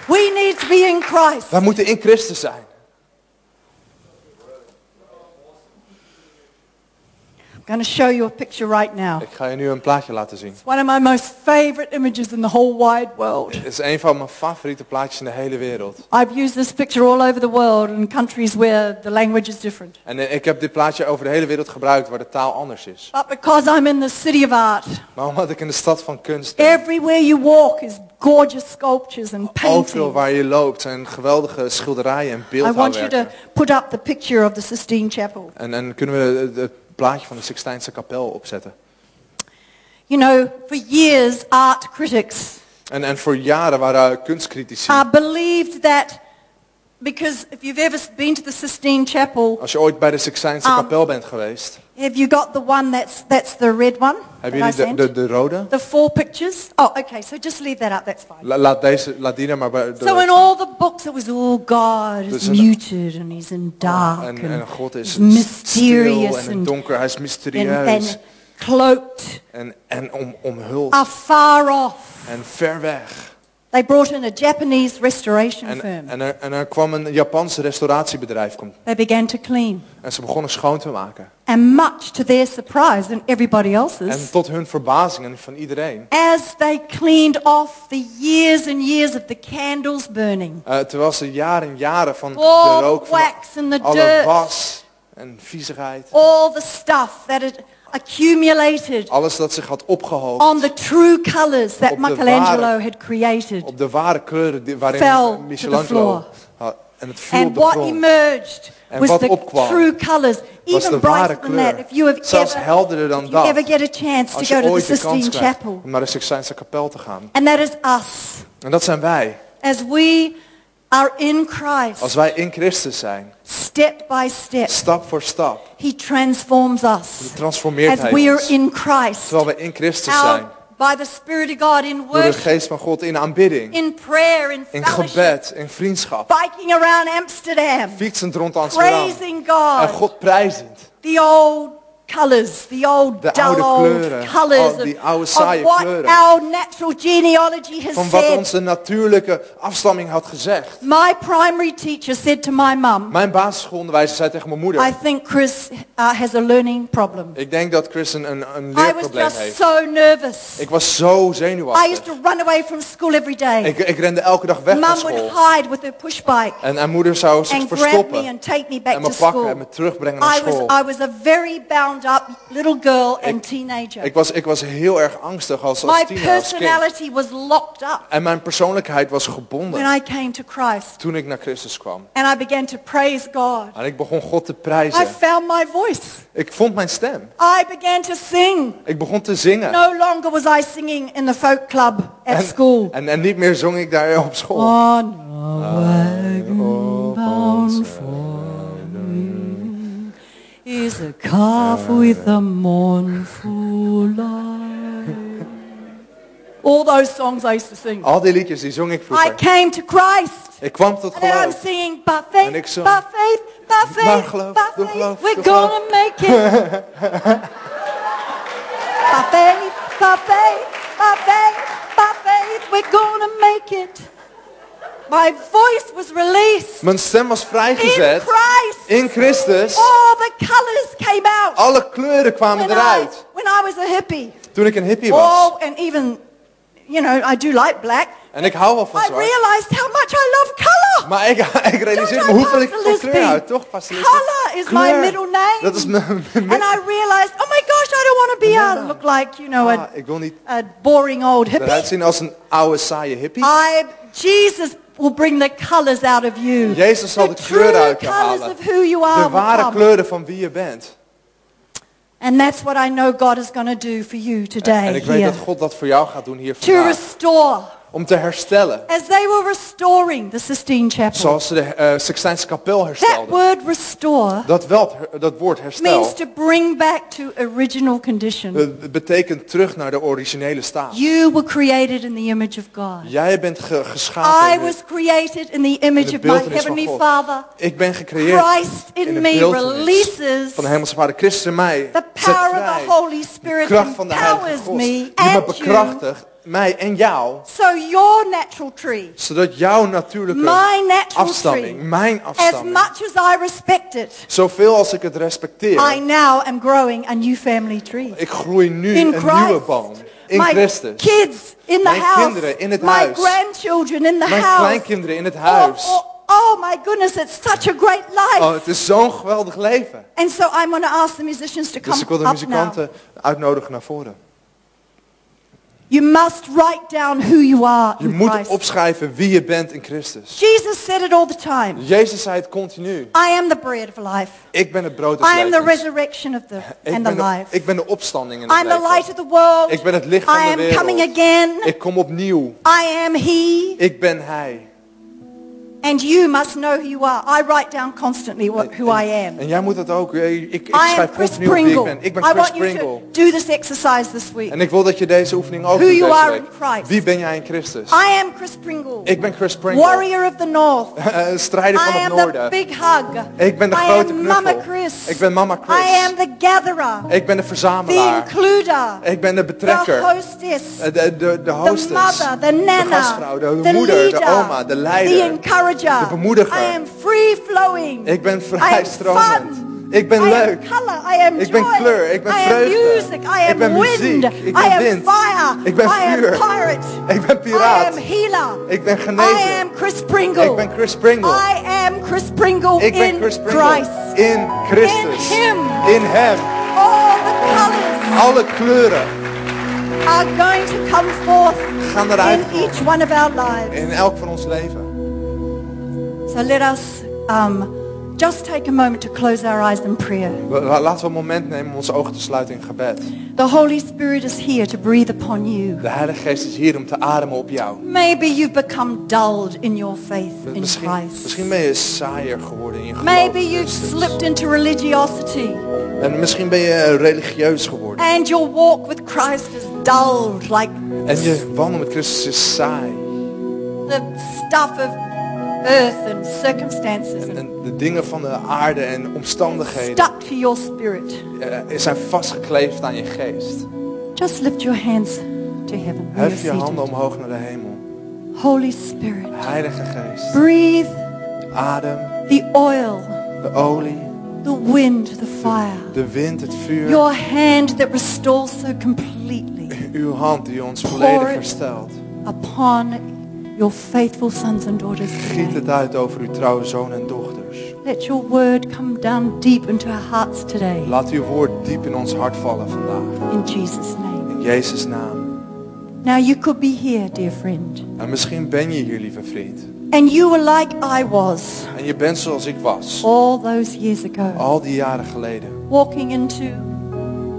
[SPEAKER 1] We need to be in Christ.
[SPEAKER 2] Wij moeten in Christus zijn.
[SPEAKER 1] I'm going to show you a picture right now.
[SPEAKER 2] Ik ga je nu een plaatje laten zien.
[SPEAKER 1] It's one of my most favorite images in the whole wide world.
[SPEAKER 2] Het is een van mijn favoriete plaatjes in de hele wereld.
[SPEAKER 1] I've used this picture all over the world in countries where the language is different.
[SPEAKER 2] En eh, ik heb dit plaatje over de hele wereld gebruikt waar de taal anders is.
[SPEAKER 1] But because I'm in the city of art,
[SPEAKER 2] Maar omdat ik in de stad van kunst ben,
[SPEAKER 1] everywhere you walk is gorgeous sculptures and
[SPEAKER 2] overal
[SPEAKER 1] paintings.
[SPEAKER 2] waar je loopt zijn geweldige schilderijen en
[SPEAKER 1] I want you to
[SPEAKER 2] beeldhouwwerken.
[SPEAKER 1] put up the picture of the Sistine Chapel.
[SPEAKER 2] En, en kunnen we het- het plaatje van de Sixtijnse kapel opzetten.
[SPEAKER 1] You know, for years art critics
[SPEAKER 2] En, en voor jaren waren kunstcritici.
[SPEAKER 1] are believed that because if you've ever been to the Sistine Chapel,
[SPEAKER 2] Als je ooit bij de Sixtijnse
[SPEAKER 1] Ah.
[SPEAKER 2] kapel bent geweest,
[SPEAKER 1] have you got the one that's that's the red one?
[SPEAKER 2] hebben
[SPEAKER 1] that I
[SPEAKER 2] jullie de,
[SPEAKER 1] sent?
[SPEAKER 2] de, de rode?
[SPEAKER 1] The four pictures? Oh, okay, so just leave that up, that's fine.
[SPEAKER 2] La- laat, deze, laat die er maar bij. de-
[SPEAKER 1] So in all the books it was all God
[SPEAKER 2] Dus
[SPEAKER 1] is
[SPEAKER 2] in-
[SPEAKER 1] muted and he's in dark
[SPEAKER 2] en, en God is
[SPEAKER 1] he's
[SPEAKER 2] stil
[SPEAKER 1] mysterious
[SPEAKER 2] en
[SPEAKER 1] and,
[SPEAKER 2] donker, hij is
[SPEAKER 1] and,
[SPEAKER 2] mysterieus.
[SPEAKER 1] and cloaked,
[SPEAKER 2] En, en om, omhuld
[SPEAKER 1] are far off.
[SPEAKER 2] en ver weg.
[SPEAKER 1] They brought in a Japanese restoration
[SPEAKER 2] En,
[SPEAKER 1] firm.
[SPEAKER 2] en, er, en er kwam een Japanse restauratiebedrijf kom-
[SPEAKER 1] They began to clean.
[SPEAKER 2] en ze begonnen schoon te maken.
[SPEAKER 1] And much to their surprise and everybody
[SPEAKER 2] En
[SPEAKER 1] else's,
[SPEAKER 2] tot hun verbazing en van iedereen.
[SPEAKER 1] as they cleaned off the years and years of the candles burning,
[SPEAKER 2] eh, terwijl ze jaren en jaren van
[SPEAKER 1] All
[SPEAKER 2] de rook, van
[SPEAKER 1] wax and the
[SPEAKER 2] alle
[SPEAKER 1] dirt.
[SPEAKER 2] was en viezigheid.
[SPEAKER 1] all the stuff that had accumulated
[SPEAKER 2] Alles dat zich had opgehoopt.
[SPEAKER 1] on the true colors that
[SPEAKER 2] Op de
[SPEAKER 1] Michelangelo
[SPEAKER 2] ware-
[SPEAKER 1] had created.
[SPEAKER 2] op de ware kleuren die- waarin
[SPEAKER 1] Fell to the floor.
[SPEAKER 2] Michelangelo had- en het viel op
[SPEAKER 1] And
[SPEAKER 2] de
[SPEAKER 1] what
[SPEAKER 2] grond.
[SPEAKER 1] emerged
[SPEAKER 2] En
[SPEAKER 1] was
[SPEAKER 2] wat
[SPEAKER 1] the
[SPEAKER 2] opkwam
[SPEAKER 1] true colors,
[SPEAKER 2] was de
[SPEAKER 1] even
[SPEAKER 2] ware
[SPEAKER 1] brighter than
[SPEAKER 2] kleur.
[SPEAKER 1] that. If you have
[SPEAKER 2] Zelfs
[SPEAKER 1] ever,
[SPEAKER 2] helderder dan
[SPEAKER 1] if you
[SPEAKER 2] dat.
[SPEAKER 1] ever get a chance to
[SPEAKER 2] Als
[SPEAKER 1] go
[SPEAKER 2] je
[SPEAKER 1] to the
[SPEAKER 2] ooit de kans
[SPEAKER 1] Sistine
[SPEAKER 2] krijgt
[SPEAKER 1] Chapel,
[SPEAKER 2] om naar de Sixtijnse kapel te gaan.
[SPEAKER 1] and that is us,
[SPEAKER 2] En dat zijn wij.
[SPEAKER 1] as we are in
[SPEAKER 2] Als
[SPEAKER 1] Christ,
[SPEAKER 2] wij in Christus zijn,
[SPEAKER 1] step by step,
[SPEAKER 2] stap voor stap,
[SPEAKER 1] He transforms
[SPEAKER 2] dan
[SPEAKER 1] us.
[SPEAKER 2] transformeert
[SPEAKER 1] As
[SPEAKER 2] Hij
[SPEAKER 1] we are
[SPEAKER 2] ons.
[SPEAKER 1] in Christ,
[SPEAKER 2] Terwijl wij in Christus zijn.
[SPEAKER 1] our, by the Spirit of God, in
[SPEAKER 2] Door de
[SPEAKER 1] worship,
[SPEAKER 2] geest van God in aanbidding,
[SPEAKER 1] in prayer, in
[SPEAKER 2] in
[SPEAKER 1] fellowship,
[SPEAKER 2] gebed, in vriendschap.
[SPEAKER 1] biking around Amsterdam,
[SPEAKER 2] Fietsend rond Amsterdam.
[SPEAKER 1] praising
[SPEAKER 2] En
[SPEAKER 1] God.
[SPEAKER 2] God prijzend.
[SPEAKER 1] The old colours, the uh, old
[SPEAKER 2] De
[SPEAKER 1] dull
[SPEAKER 2] oude
[SPEAKER 1] old
[SPEAKER 2] kleuren,
[SPEAKER 1] colours
[SPEAKER 2] al die
[SPEAKER 1] of,
[SPEAKER 2] oude
[SPEAKER 1] of
[SPEAKER 2] saaie
[SPEAKER 1] what
[SPEAKER 2] kleuren.
[SPEAKER 1] our natural genealogy has
[SPEAKER 2] Van wat
[SPEAKER 1] said.
[SPEAKER 2] onze natuurlijke afstamming had gezegd.
[SPEAKER 1] My primary teacher said to my mum,
[SPEAKER 2] Mijn basisschoolonderwijzer zei tegen mijn
[SPEAKER 1] I
[SPEAKER 2] moeder.
[SPEAKER 1] think Chris uh, has a learning problem.
[SPEAKER 2] Ik denk dat Chris een, een, een
[SPEAKER 1] I was
[SPEAKER 2] leerprobleem
[SPEAKER 1] just
[SPEAKER 2] heeft.
[SPEAKER 1] so nervous.
[SPEAKER 2] Ik was zo
[SPEAKER 1] I used
[SPEAKER 2] zenuwachtig.
[SPEAKER 1] to run away from school every day.
[SPEAKER 2] Ik, ik rende elke dag weg van
[SPEAKER 1] Mum would
[SPEAKER 2] school.
[SPEAKER 1] hide with her push bike
[SPEAKER 2] En, en moeder zou zich
[SPEAKER 1] and grab me
[SPEAKER 2] verstoppen.
[SPEAKER 1] and take me back
[SPEAKER 2] En
[SPEAKER 1] to
[SPEAKER 2] me pakken en
[SPEAKER 1] school.
[SPEAKER 2] me terugbrengen naar
[SPEAKER 1] I was,
[SPEAKER 2] school.
[SPEAKER 1] I was a very bound up little girl and teenager.
[SPEAKER 2] Ik was, ik was heel erg angstig als, als
[SPEAKER 1] My
[SPEAKER 2] tiener, als kind.
[SPEAKER 1] personality was locked up
[SPEAKER 2] En mijn persoonlijkheid was
[SPEAKER 1] when
[SPEAKER 2] gebonden
[SPEAKER 1] I came to Christ.
[SPEAKER 2] toen ik naar Christus kwam.
[SPEAKER 1] And I began to praise God.
[SPEAKER 2] En ik begon God te
[SPEAKER 1] I
[SPEAKER 2] prijzen.
[SPEAKER 1] found my voice.
[SPEAKER 2] Ik vond mijn stem.
[SPEAKER 1] I began to sing.
[SPEAKER 2] Ik begon te zingen.
[SPEAKER 1] No longer was I singing in the folk club at
[SPEAKER 2] En,
[SPEAKER 1] school.
[SPEAKER 2] en, en niet meer zong ik daar op
[SPEAKER 1] Oh,
[SPEAKER 2] school. Oh.
[SPEAKER 1] On a wagon bound for you is a calf with a mournful light. All those songs I used to sing.
[SPEAKER 2] Al die liedjes die zong ik
[SPEAKER 1] I
[SPEAKER 2] vroeger.
[SPEAKER 1] came to Christ.
[SPEAKER 2] Ik kwam tot
[SPEAKER 1] And then I'm
[SPEAKER 2] geloof.
[SPEAKER 1] singing by faith,
[SPEAKER 2] En ik zo.
[SPEAKER 1] by faith, by
[SPEAKER 2] Maar
[SPEAKER 1] faith,
[SPEAKER 2] geloof,
[SPEAKER 1] by
[SPEAKER 2] door
[SPEAKER 1] faith,
[SPEAKER 2] geloof,
[SPEAKER 1] we're
[SPEAKER 2] door
[SPEAKER 1] gonna make it. by faith, by faith, by faith, by faith, we're gonna make it. My voice was released
[SPEAKER 2] Mijn stem was
[SPEAKER 1] in
[SPEAKER 2] vrijgezet.
[SPEAKER 1] Christ.
[SPEAKER 2] In Christus.
[SPEAKER 1] All the colors came out
[SPEAKER 2] Alle kleuren kwamen
[SPEAKER 1] when I,
[SPEAKER 2] eruit.
[SPEAKER 1] when I was a hippie.
[SPEAKER 2] Toen ik een hippie was.
[SPEAKER 1] Oh, and even, you know, I do like black.
[SPEAKER 2] En ik hou wel van
[SPEAKER 1] I
[SPEAKER 2] zwart.
[SPEAKER 1] realized how much I love color.
[SPEAKER 2] Maar ik, ik realiseer me hoeveel ik van kleur hou. Toch, Pastor Lisbeth?
[SPEAKER 1] Color is my
[SPEAKER 2] Kleur.
[SPEAKER 1] middle name.
[SPEAKER 2] Dat is mijn mijn
[SPEAKER 1] And I realized, oh my gosh, I don't want to be a,
[SPEAKER 2] Ja.
[SPEAKER 1] look like, you know,
[SPEAKER 2] Ah,
[SPEAKER 1] a,
[SPEAKER 2] ik wil niet
[SPEAKER 1] a boring old
[SPEAKER 2] eruit
[SPEAKER 1] hippie.
[SPEAKER 2] zien als een oude saaie hippie.
[SPEAKER 1] I, Jesus will bring the colors out of you.
[SPEAKER 2] Jezus zal
[SPEAKER 1] the
[SPEAKER 2] de kleuren uit je
[SPEAKER 1] true colors
[SPEAKER 2] halen.
[SPEAKER 1] of who you are
[SPEAKER 2] De
[SPEAKER 1] will
[SPEAKER 2] ware
[SPEAKER 1] come.
[SPEAKER 2] kleuren van wie je bent.
[SPEAKER 1] And that's what I know God is going to do for you today
[SPEAKER 2] En ik weet
[SPEAKER 1] here.
[SPEAKER 2] dat God dat voor jou gaat doen hier
[SPEAKER 1] To
[SPEAKER 2] vandaag.
[SPEAKER 1] restore
[SPEAKER 2] om te herstellen.
[SPEAKER 1] As they were restoring the Sistine Chapel,
[SPEAKER 2] Zoals ze de eh, Sixtijnse kapel
[SPEAKER 1] that
[SPEAKER 2] herstelden.
[SPEAKER 1] word restore
[SPEAKER 2] Dat, wel, dat woord herstel
[SPEAKER 1] means to bring back to original condition.
[SPEAKER 2] eh, betekent terug naar de originele staat.
[SPEAKER 1] You were created in the image of God.
[SPEAKER 2] Jij bent ge-
[SPEAKER 1] I
[SPEAKER 2] geschapen in
[SPEAKER 1] was created in the image
[SPEAKER 2] de
[SPEAKER 1] of my
[SPEAKER 2] beeldenis van
[SPEAKER 1] heavenly
[SPEAKER 2] God.
[SPEAKER 1] Father.
[SPEAKER 2] Ik ben gecreëerd
[SPEAKER 1] Christ
[SPEAKER 2] in
[SPEAKER 1] in
[SPEAKER 2] de
[SPEAKER 1] me
[SPEAKER 2] beeldenis
[SPEAKER 1] releases
[SPEAKER 2] van de Hemelse Vader. Christus in mij
[SPEAKER 1] the
[SPEAKER 2] zet
[SPEAKER 1] power of
[SPEAKER 2] vrij
[SPEAKER 1] the Holy Spirit
[SPEAKER 2] kracht van de Heilige
[SPEAKER 1] empowers
[SPEAKER 2] God.
[SPEAKER 1] me
[SPEAKER 2] Die me
[SPEAKER 1] and you.
[SPEAKER 2] bekrachtigt, mij en jou,
[SPEAKER 1] So your natural tree,
[SPEAKER 2] zodat jouw natuurlijke
[SPEAKER 1] my natural
[SPEAKER 2] afstamming,
[SPEAKER 1] tree,
[SPEAKER 2] mijn
[SPEAKER 1] as
[SPEAKER 2] afstamming,
[SPEAKER 1] much as I respect it,
[SPEAKER 2] zoveel als ik het
[SPEAKER 1] I
[SPEAKER 2] respecteer,
[SPEAKER 1] now am growing a new family tree.
[SPEAKER 2] ik groei nu
[SPEAKER 1] In
[SPEAKER 2] een nieuwe boom
[SPEAKER 1] Christ.
[SPEAKER 2] in
[SPEAKER 1] my
[SPEAKER 2] Christus.
[SPEAKER 1] kids in the
[SPEAKER 2] Mijn
[SPEAKER 1] house.
[SPEAKER 2] kinderen in het
[SPEAKER 1] my
[SPEAKER 2] huis.
[SPEAKER 1] grandchildren in the
[SPEAKER 2] Mijn
[SPEAKER 1] house.
[SPEAKER 2] kleinkinderen in het
[SPEAKER 1] Oh,
[SPEAKER 2] huis.
[SPEAKER 1] oh, oh my goodness, it's such a great life.
[SPEAKER 2] Oh, het is zo'n geweldig leven.
[SPEAKER 1] and so I'm going to ask the musicians to come
[SPEAKER 2] Dus ik wil de
[SPEAKER 1] up now.
[SPEAKER 2] muzikanten uitnodigen naar voren.
[SPEAKER 1] You must write down who you are
[SPEAKER 2] Je
[SPEAKER 1] in
[SPEAKER 2] moet
[SPEAKER 1] Christ.
[SPEAKER 2] opschrijven wie je bent in Christus.
[SPEAKER 1] Jesus said it all the time.
[SPEAKER 2] Jezus zei het continu.
[SPEAKER 1] I am the bread of life.
[SPEAKER 2] Ik ben het brood des
[SPEAKER 1] I am the
[SPEAKER 2] levens.
[SPEAKER 1] resurrection of the
[SPEAKER 2] Ik
[SPEAKER 1] and the
[SPEAKER 2] ben, de,
[SPEAKER 1] life.
[SPEAKER 2] ik ben de opstanding in het
[SPEAKER 1] I'm the light
[SPEAKER 2] leven.
[SPEAKER 1] of the world.
[SPEAKER 2] Ik ben het licht
[SPEAKER 1] I
[SPEAKER 2] van de
[SPEAKER 1] am coming
[SPEAKER 2] wereld.
[SPEAKER 1] again.
[SPEAKER 2] Ik kom opnieuw.
[SPEAKER 1] I am he.
[SPEAKER 2] Ik ben Hij.
[SPEAKER 1] And you must know who you are. I write down constantly what, who I am.
[SPEAKER 2] En jij moet dat ook. Ik, ik, ik
[SPEAKER 1] I am
[SPEAKER 2] schrijf
[SPEAKER 1] Chris
[SPEAKER 2] continu op wie ik
[SPEAKER 1] Pringle.
[SPEAKER 2] ben. Ik ben
[SPEAKER 1] I
[SPEAKER 2] Chris
[SPEAKER 1] want you
[SPEAKER 2] Pringle.
[SPEAKER 1] to do this exercise this week.
[SPEAKER 2] En ik wil dat je deze oefening ook
[SPEAKER 1] Who
[SPEAKER 2] doet
[SPEAKER 1] you
[SPEAKER 2] deze
[SPEAKER 1] are
[SPEAKER 2] week.
[SPEAKER 1] in Christ.
[SPEAKER 2] Wie ben jij in Christus?
[SPEAKER 1] I am Chris Pringle.
[SPEAKER 2] Ik ben Chris Pringle.
[SPEAKER 1] Warrior of the North.
[SPEAKER 2] Een strijder van
[SPEAKER 1] I
[SPEAKER 2] het
[SPEAKER 1] am the
[SPEAKER 2] noorden.
[SPEAKER 1] big hug.
[SPEAKER 2] Ik ben de
[SPEAKER 1] I
[SPEAKER 2] grote
[SPEAKER 1] am
[SPEAKER 2] knuffel.
[SPEAKER 1] Mama Chris.
[SPEAKER 2] Ik ben Mama Chris.
[SPEAKER 1] I am the gatherer.
[SPEAKER 2] Ik ben de
[SPEAKER 1] the
[SPEAKER 2] verzamelaar.
[SPEAKER 1] includer.
[SPEAKER 2] Ik ben de
[SPEAKER 1] the
[SPEAKER 2] betrekker.
[SPEAKER 1] hostess.
[SPEAKER 2] Eh, De, de, de hostess.
[SPEAKER 1] the mother, the
[SPEAKER 2] de
[SPEAKER 1] nana,
[SPEAKER 2] gastvrouw, de,
[SPEAKER 1] the
[SPEAKER 2] moeder,
[SPEAKER 1] leader,
[SPEAKER 2] de oma, de
[SPEAKER 1] the
[SPEAKER 2] leider.
[SPEAKER 1] encourager.
[SPEAKER 2] de bemoediger.
[SPEAKER 1] I am free flowing.
[SPEAKER 2] Ik ben
[SPEAKER 1] I am
[SPEAKER 2] vrijstromend.
[SPEAKER 1] fun.
[SPEAKER 2] Ik ben
[SPEAKER 1] I
[SPEAKER 2] leuk.
[SPEAKER 1] Am color. I am
[SPEAKER 2] Ik ben
[SPEAKER 1] joy.
[SPEAKER 2] kleur. Ik ben
[SPEAKER 1] I
[SPEAKER 2] vreugde.
[SPEAKER 1] Am music. I am
[SPEAKER 2] Ik ben
[SPEAKER 1] wind.
[SPEAKER 2] muziek. Ik ben
[SPEAKER 1] I am
[SPEAKER 2] wind.
[SPEAKER 1] fire.
[SPEAKER 2] Ik ben
[SPEAKER 1] I am
[SPEAKER 2] vuur.
[SPEAKER 1] pirate.
[SPEAKER 2] Ik ben piraat.
[SPEAKER 1] I am healer.
[SPEAKER 2] Ik ben
[SPEAKER 1] I
[SPEAKER 2] genezen.
[SPEAKER 1] am Chris Pringle.
[SPEAKER 2] Ik ben Chris Pringle.
[SPEAKER 1] I am Chris Pringle
[SPEAKER 2] Ik ben
[SPEAKER 1] in
[SPEAKER 2] Chris Pringle.
[SPEAKER 1] Christ.
[SPEAKER 2] In Christus.
[SPEAKER 1] In Him.
[SPEAKER 2] In Hem.
[SPEAKER 1] All the colors
[SPEAKER 2] Alle kleuren
[SPEAKER 1] are going to come forth
[SPEAKER 2] gaan eruit
[SPEAKER 1] in
[SPEAKER 2] komen.
[SPEAKER 1] each one of our lives.
[SPEAKER 2] in elk van ons leven.
[SPEAKER 1] So let us um, just take a moment to close our eyes in prayer.
[SPEAKER 2] We- la- Laten we een moment nemen om onze ogen te sluiten in gebed.
[SPEAKER 1] The Holy Spirit is here to breathe upon you.
[SPEAKER 2] De Heilige Geest is hier om te ademen op jou.
[SPEAKER 1] Maybe you've become dulled in your faith in
[SPEAKER 2] Misschien, misschien
[SPEAKER 1] Christ.
[SPEAKER 2] ben je saaier geworden in je geloof.
[SPEAKER 1] Maybe you've
[SPEAKER 2] Christus.
[SPEAKER 1] slipped into religiosity
[SPEAKER 2] En misschien ben je religieus geworden.
[SPEAKER 1] and your walk with Christ is dulled like
[SPEAKER 2] En je wandel met Christus is saai.
[SPEAKER 1] the stuff of earth and circumstances and
[SPEAKER 2] En de dingen van de aarde en omstandigheden
[SPEAKER 1] stuck to your spirit.
[SPEAKER 2] eh, zijn vastgekleefd aan je geest.
[SPEAKER 1] Just lift your hands to heaven. where
[SPEAKER 2] Hef je
[SPEAKER 1] you're
[SPEAKER 2] handen
[SPEAKER 1] seated.
[SPEAKER 2] omhoog naar de hemel.
[SPEAKER 1] Holy Spirit,
[SPEAKER 2] Heilige Geest,
[SPEAKER 1] breathe
[SPEAKER 2] adem,
[SPEAKER 1] the oil
[SPEAKER 2] de olie,
[SPEAKER 1] the wind, the fire,
[SPEAKER 2] de wind, het vuur.
[SPEAKER 1] your hand that restores so completely
[SPEAKER 2] Uw hand die ons
[SPEAKER 1] Pour
[SPEAKER 2] volledig
[SPEAKER 1] it.
[SPEAKER 2] herstelt.
[SPEAKER 1] upon your faithful sons and daughters.
[SPEAKER 2] Giet
[SPEAKER 1] Today.
[SPEAKER 2] het uit over uw trouwe zoon en dochters.
[SPEAKER 1] Let your word come down deep into our hearts today.
[SPEAKER 2] Laat uw woord diep in ons hart vallen vandaag.
[SPEAKER 1] In Jesus' name.
[SPEAKER 2] In Jezus' naam.
[SPEAKER 1] Now you could be hier, dear friend.
[SPEAKER 2] En misschien ben je hier, lieve vriend.
[SPEAKER 1] And you were like I was
[SPEAKER 2] En je bent zoals ik was.
[SPEAKER 1] all those years ago.
[SPEAKER 2] Al die jaren geleden.
[SPEAKER 1] Walking into,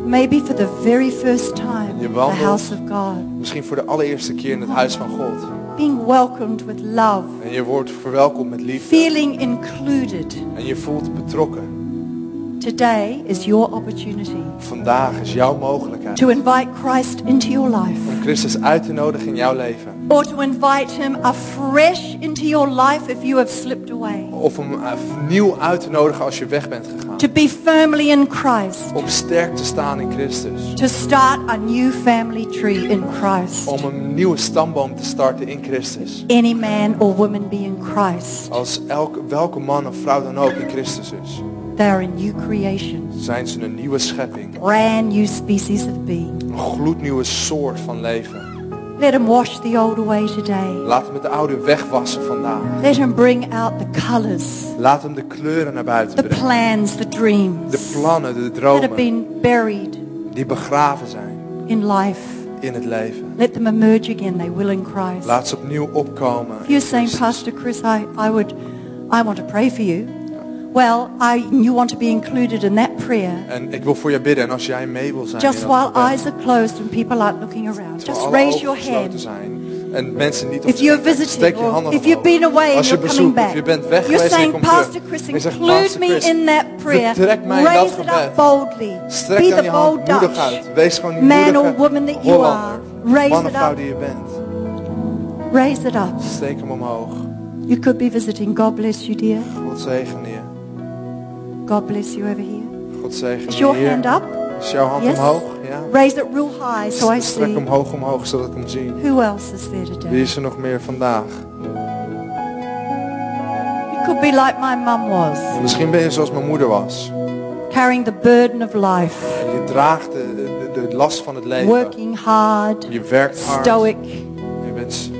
[SPEAKER 1] maybe for the very first time,
[SPEAKER 2] Je
[SPEAKER 1] the
[SPEAKER 2] wandelt.
[SPEAKER 1] house of God.
[SPEAKER 2] Misschien voor de allereerste keer in het huis van God.
[SPEAKER 1] Being welcomed with love.
[SPEAKER 2] En je wordt verwelkomd met liefde.
[SPEAKER 1] Feeling included.
[SPEAKER 2] En je voelt betrokken.
[SPEAKER 1] Today is your opportunity.
[SPEAKER 2] Vandaag is jouw mogelijkheid.
[SPEAKER 1] to invite Christ into your life
[SPEAKER 2] Om Christus uit te nodigen in jouw leven.
[SPEAKER 1] or to invite him afresh into your life if you have slipped away.
[SPEAKER 2] Of om opnieuw uit te nodigen als je weg bent gegaan.
[SPEAKER 1] To be firmly in Christ,
[SPEAKER 2] Om sterk te staan in Christus.
[SPEAKER 1] to start a new family tree in Christ.
[SPEAKER 2] Om een nieuwe stamboom te starten in Christus.
[SPEAKER 1] Any man or woman be in Christ,
[SPEAKER 2] Als elke, welke man of vrouw dan ook in Christus is,
[SPEAKER 1] they are a new creation,
[SPEAKER 2] zijn ze een nieuwe schepping.
[SPEAKER 1] brand new species of being.
[SPEAKER 2] Een gloednieuwe soort van leven.
[SPEAKER 1] Let him wash the old away today.
[SPEAKER 2] Laat hem het oude wegwassen vandaag.
[SPEAKER 1] Let him bring out the colors,
[SPEAKER 2] Laat hem de kleuren naar buiten
[SPEAKER 1] the
[SPEAKER 2] brengen.
[SPEAKER 1] plans, the dreams
[SPEAKER 2] De plannen, de
[SPEAKER 1] that have
[SPEAKER 2] dromen
[SPEAKER 1] been buried
[SPEAKER 2] die begraven zijn
[SPEAKER 1] in life.
[SPEAKER 2] in het leven.
[SPEAKER 1] Let them emerge again. They will in Christ.
[SPEAKER 2] Laat ze opnieuw opkomen.
[SPEAKER 1] If
[SPEAKER 2] in
[SPEAKER 1] you're saying,
[SPEAKER 2] Christus.
[SPEAKER 1] Pastor Chris, I, I would, I want to pray for you. Well, I, you want to be included in that prayer.
[SPEAKER 2] En ik wil voor je bidden. En als jij mee wil zijn.
[SPEAKER 1] Just
[SPEAKER 2] in dat
[SPEAKER 1] while
[SPEAKER 2] gebed,
[SPEAKER 1] eyes are closed and people aren't looking around,
[SPEAKER 2] terwijl
[SPEAKER 1] just
[SPEAKER 2] alle
[SPEAKER 1] raise
[SPEAKER 2] ogen
[SPEAKER 1] your
[SPEAKER 2] gesloten
[SPEAKER 1] hand.
[SPEAKER 2] Zijn, en mensen niet op
[SPEAKER 1] If
[SPEAKER 2] de
[SPEAKER 1] you're
[SPEAKER 2] knie. Steek
[SPEAKER 1] visiting
[SPEAKER 2] je
[SPEAKER 1] or
[SPEAKER 2] handen
[SPEAKER 1] if you've
[SPEAKER 2] omhoog.
[SPEAKER 1] been away and
[SPEAKER 2] Als je
[SPEAKER 1] you're coming
[SPEAKER 2] bezoekt of
[SPEAKER 1] back,
[SPEAKER 2] je bent weg
[SPEAKER 1] you're
[SPEAKER 2] geweest en je
[SPEAKER 1] saying,
[SPEAKER 2] komt
[SPEAKER 1] Pastor
[SPEAKER 2] terug.
[SPEAKER 1] Chris,
[SPEAKER 2] Je zegt,
[SPEAKER 1] include
[SPEAKER 2] Pastor
[SPEAKER 1] me
[SPEAKER 2] Chris,
[SPEAKER 1] in that prayer.
[SPEAKER 2] betrek mij in dat
[SPEAKER 1] Raise it up
[SPEAKER 2] gebed.
[SPEAKER 1] boldly.
[SPEAKER 2] Strek
[SPEAKER 1] Be
[SPEAKER 2] dan
[SPEAKER 1] the
[SPEAKER 2] je hand,
[SPEAKER 1] bold
[SPEAKER 2] moedig
[SPEAKER 1] Dutch
[SPEAKER 2] uit. Wees gewoon die
[SPEAKER 1] man
[SPEAKER 2] moedige
[SPEAKER 1] or woman that you are.
[SPEAKER 2] Hollander.
[SPEAKER 1] Raise
[SPEAKER 2] Man
[SPEAKER 1] it
[SPEAKER 2] of vrouw
[SPEAKER 1] up.
[SPEAKER 2] die je bent.
[SPEAKER 1] Raise it up.
[SPEAKER 2] Steek hem omhoog.
[SPEAKER 1] You could be visiting. God bless you, dear.
[SPEAKER 2] God zegen je.
[SPEAKER 1] God bless you over here.
[SPEAKER 2] God zegen
[SPEAKER 1] Is
[SPEAKER 2] je.
[SPEAKER 1] your
[SPEAKER 2] Heer.
[SPEAKER 1] hand up?
[SPEAKER 2] Is jouw hand
[SPEAKER 1] Yes.
[SPEAKER 2] omhoog? Ja.
[SPEAKER 1] Raise it real high so I
[SPEAKER 2] Strek
[SPEAKER 1] see.
[SPEAKER 2] hem hoog omhoog, zodat ik hem zie.
[SPEAKER 1] Who else is there
[SPEAKER 2] Wie
[SPEAKER 1] today?
[SPEAKER 2] is er nog meer vandaag?
[SPEAKER 1] You could be like my mum was,
[SPEAKER 2] Misschien ben je zoals mijn moeder was.
[SPEAKER 1] carrying the burden of life,
[SPEAKER 2] Je draagt de, de, de last van het leven.
[SPEAKER 1] working hard,
[SPEAKER 2] Je werkt hard.
[SPEAKER 1] stoic,
[SPEAKER 2] Je bent...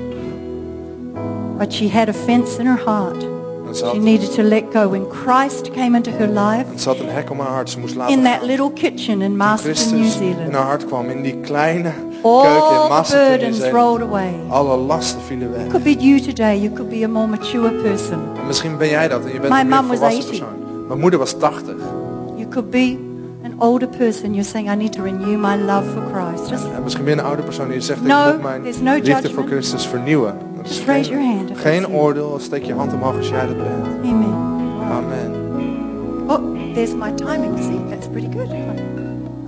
[SPEAKER 1] but she had a fence in her heart.
[SPEAKER 2] en
[SPEAKER 1] She
[SPEAKER 2] Ze had,
[SPEAKER 1] needed to let go. When Christ came into her life,
[SPEAKER 2] en ze had een hek om haar hart. Ze moest laten
[SPEAKER 1] in
[SPEAKER 2] gaan.
[SPEAKER 1] that little kitchen in Masterton, New
[SPEAKER 2] Christus in
[SPEAKER 1] Zealand,
[SPEAKER 2] haar hart kwam. In die kleine keuken in
[SPEAKER 1] all the
[SPEAKER 2] Maastricht. in
[SPEAKER 1] burdens
[SPEAKER 2] Zeeland.
[SPEAKER 1] rolled away.
[SPEAKER 2] Alle lasten vielen weg.
[SPEAKER 1] Could be you today. You could be a more mature person.
[SPEAKER 2] En Misschien ben jij dat en je bent
[SPEAKER 1] My
[SPEAKER 2] een meer
[SPEAKER 1] mom was
[SPEAKER 2] volwassen
[SPEAKER 1] 80.
[SPEAKER 2] persoon. Mijn moeder was 80.
[SPEAKER 1] You could be an older person. You're saying, I need to renew my love for Christ. Just
[SPEAKER 2] En misschien ben je een oude persoon die zegt,
[SPEAKER 1] No,
[SPEAKER 2] ik moet mijn
[SPEAKER 1] there's no
[SPEAKER 2] liefde voor
[SPEAKER 1] judgment.
[SPEAKER 2] Christus vernieuwen. Dat is
[SPEAKER 1] Just raise your hand if
[SPEAKER 2] geen
[SPEAKER 1] that's you.
[SPEAKER 2] oordeel, steek je hand omhoog als jij dat bent.
[SPEAKER 1] amen.
[SPEAKER 2] Amen.
[SPEAKER 1] Oh, there's my timing. See, that's pretty good.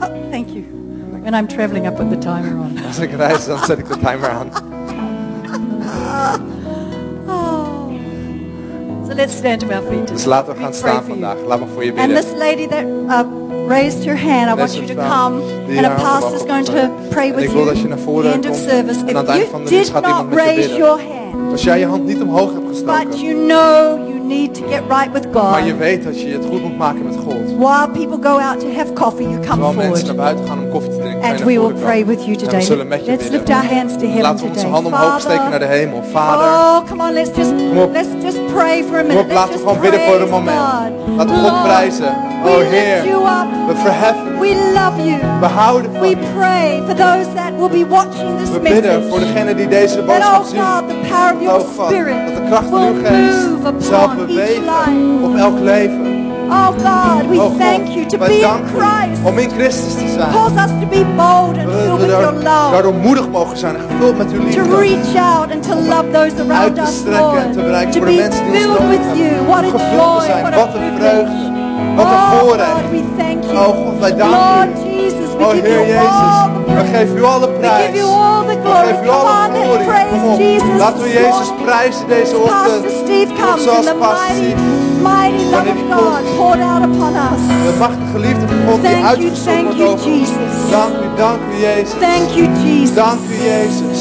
[SPEAKER 1] Oh, thank you. When I'm traveling, I put the timer on.
[SPEAKER 2] Als ik reis, dan zet ik de timer aan.
[SPEAKER 1] Oh. So let's stand to our feet.
[SPEAKER 2] Dus laten we
[SPEAKER 1] We
[SPEAKER 2] gaan
[SPEAKER 1] pray
[SPEAKER 2] staan
[SPEAKER 1] for you.
[SPEAKER 2] vandaag. Laat me voor je
[SPEAKER 1] And
[SPEAKER 2] bidden.
[SPEAKER 1] this lady that uh, raised her hand, I want
[SPEAKER 2] Deze
[SPEAKER 1] you to
[SPEAKER 2] vrouw
[SPEAKER 1] come.
[SPEAKER 2] die
[SPEAKER 1] And a
[SPEAKER 2] haar hand
[SPEAKER 1] pastor's
[SPEAKER 2] omhoog
[SPEAKER 1] going to
[SPEAKER 2] opsteekt.
[SPEAKER 1] pray
[SPEAKER 2] En
[SPEAKER 1] with
[SPEAKER 2] ik wil
[SPEAKER 1] you.
[SPEAKER 2] dat je naar
[SPEAKER 1] at
[SPEAKER 2] voren
[SPEAKER 1] the end of
[SPEAKER 2] komt.
[SPEAKER 1] service.
[SPEAKER 2] En
[SPEAKER 1] If
[SPEAKER 2] aan het einde van
[SPEAKER 1] you
[SPEAKER 2] de dienst
[SPEAKER 1] did
[SPEAKER 2] gaat iemand
[SPEAKER 1] not
[SPEAKER 2] met je
[SPEAKER 1] raise
[SPEAKER 2] bidden.
[SPEAKER 1] your hand,
[SPEAKER 2] Als jij je hand niet omhoog hebt
[SPEAKER 1] But
[SPEAKER 2] gestoken,
[SPEAKER 1] you know you need to get right with
[SPEAKER 2] maar je
[SPEAKER 1] God.
[SPEAKER 2] weet dat je het goed moet maken met God.
[SPEAKER 1] While people go out to have coffee, you come
[SPEAKER 2] Terwijl mensen naar
[SPEAKER 1] forward.
[SPEAKER 2] buiten gaan om koffie te drinken. kan je
[SPEAKER 1] And
[SPEAKER 2] naar
[SPEAKER 1] we will
[SPEAKER 2] voren
[SPEAKER 1] pray
[SPEAKER 2] komen.
[SPEAKER 1] with you
[SPEAKER 2] En
[SPEAKER 1] today.
[SPEAKER 2] we zullen met je
[SPEAKER 1] Let's lift
[SPEAKER 2] bidden.
[SPEAKER 1] our hands to heaven
[SPEAKER 2] Laten we onze
[SPEAKER 1] today.
[SPEAKER 2] handen omhoog steken naar de hemel. Vader.
[SPEAKER 1] oh, come on, let's just
[SPEAKER 2] op.
[SPEAKER 1] let's just pray for a
[SPEAKER 2] Kom
[SPEAKER 1] minute.
[SPEAKER 2] op, laten
[SPEAKER 1] Let's
[SPEAKER 2] we
[SPEAKER 1] just
[SPEAKER 2] gewoon bidden voor een
[SPEAKER 1] praise
[SPEAKER 2] moment.
[SPEAKER 1] God.
[SPEAKER 2] Laten we God
[SPEAKER 1] Lord,
[SPEAKER 2] prijzen.
[SPEAKER 1] we
[SPEAKER 2] Oh
[SPEAKER 1] lift
[SPEAKER 2] Heer,
[SPEAKER 1] you up.
[SPEAKER 2] we verheffen,
[SPEAKER 1] We love you.
[SPEAKER 2] we houden van
[SPEAKER 1] We
[SPEAKER 2] u.
[SPEAKER 1] pray for those that will be watching this
[SPEAKER 2] We bidden voor
[SPEAKER 1] message.
[SPEAKER 2] degenen die deze
[SPEAKER 1] That,
[SPEAKER 2] boodschap
[SPEAKER 1] oh
[SPEAKER 2] zien.
[SPEAKER 1] God, the power of your
[SPEAKER 2] Oh God,
[SPEAKER 1] spirit
[SPEAKER 2] dat de kracht van
[SPEAKER 1] will
[SPEAKER 2] uw geest
[SPEAKER 1] move
[SPEAKER 2] zal
[SPEAKER 1] upon each
[SPEAKER 2] bewegen
[SPEAKER 1] life.
[SPEAKER 2] op elk leven.
[SPEAKER 1] Oh God, we
[SPEAKER 2] Oh
[SPEAKER 1] thank you
[SPEAKER 2] God,
[SPEAKER 1] to
[SPEAKER 2] wij
[SPEAKER 1] be in
[SPEAKER 2] danken u
[SPEAKER 1] Christ.
[SPEAKER 2] om in Christus te zijn.
[SPEAKER 1] Cause us to be bold and
[SPEAKER 2] Dat
[SPEAKER 1] filled
[SPEAKER 2] we
[SPEAKER 1] with your
[SPEAKER 2] daar-
[SPEAKER 1] love.
[SPEAKER 2] daardoor moedig mogen zijn en gevuld met uw
[SPEAKER 1] To
[SPEAKER 2] liefde.
[SPEAKER 1] reach out and to love those
[SPEAKER 2] Uit
[SPEAKER 1] around
[SPEAKER 2] te
[SPEAKER 1] us,
[SPEAKER 2] strekken en
[SPEAKER 1] Lord.
[SPEAKER 2] te bereiken
[SPEAKER 1] To
[SPEAKER 2] voor de
[SPEAKER 1] be
[SPEAKER 2] mensen die ons
[SPEAKER 1] filled
[SPEAKER 2] nodig
[SPEAKER 1] with you.
[SPEAKER 2] hebben.
[SPEAKER 1] What a
[SPEAKER 2] Om gevuld te
[SPEAKER 1] joy,
[SPEAKER 2] zijn.
[SPEAKER 1] what
[SPEAKER 2] Wat
[SPEAKER 1] a
[SPEAKER 2] een
[SPEAKER 1] privilege.
[SPEAKER 2] vreugde. Wat een
[SPEAKER 1] Oh
[SPEAKER 2] voorrecht.
[SPEAKER 1] God, we thank you.
[SPEAKER 2] Oh God, wij
[SPEAKER 1] Lord
[SPEAKER 2] danken u.
[SPEAKER 1] Jesus,
[SPEAKER 2] O
[SPEAKER 1] we give
[SPEAKER 2] Heer
[SPEAKER 1] you all
[SPEAKER 2] Jezus,
[SPEAKER 1] the
[SPEAKER 2] we
[SPEAKER 1] praise.
[SPEAKER 2] geven u alle
[SPEAKER 1] We
[SPEAKER 2] prijs.
[SPEAKER 1] give you all the
[SPEAKER 2] We
[SPEAKER 1] glory.
[SPEAKER 2] geven u
[SPEAKER 1] Come
[SPEAKER 2] alle
[SPEAKER 1] on, let's
[SPEAKER 2] glorie.
[SPEAKER 1] praise
[SPEAKER 2] Kom op.
[SPEAKER 1] Jesus
[SPEAKER 2] Laten we
[SPEAKER 1] this
[SPEAKER 2] Jezus
[SPEAKER 1] morning.
[SPEAKER 2] prijzen deze ochtend.
[SPEAKER 1] Pastor Steve comes in
[SPEAKER 2] Zoals
[SPEAKER 1] the
[SPEAKER 2] Pastor
[SPEAKER 1] mighty,
[SPEAKER 2] Steve,
[SPEAKER 1] mighty love
[SPEAKER 2] Wanneer
[SPEAKER 1] of
[SPEAKER 2] die
[SPEAKER 1] God
[SPEAKER 2] komt.
[SPEAKER 1] poured out upon us.
[SPEAKER 2] de machtige liefde van God die
[SPEAKER 1] Thank you,
[SPEAKER 2] uitgestort
[SPEAKER 1] thank
[SPEAKER 2] wordt
[SPEAKER 1] you,
[SPEAKER 2] over ons.
[SPEAKER 1] Jesus.
[SPEAKER 2] Dank u, dank u Jezus.
[SPEAKER 1] Thank you, Jesus.
[SPEAKER 2] Dank u Jezus.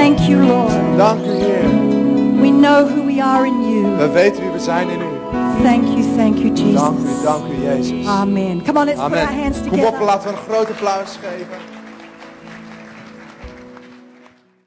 [SPEAKER 1] Thank you, Lord.
[SPEAKER 2] Dank u Heer.
[SPEAKER 1] We know who we are in you.
[SPEAKER 2] We weten wie we zijn in u.
[SPEAKER 1] Thank you, thank you, Jesus.
[SPEAKER 2] Dank u, dank u Jezus.
[SPEAKER 1] Amen. Come on, let's put our
[SPEAKER 2] Amen.
[SPEAKER 1] hands
[SPEAKER 2] Kom op,
[SPEAKER 1] together.
[SPEAKER 2] laten we een groot applaus geven.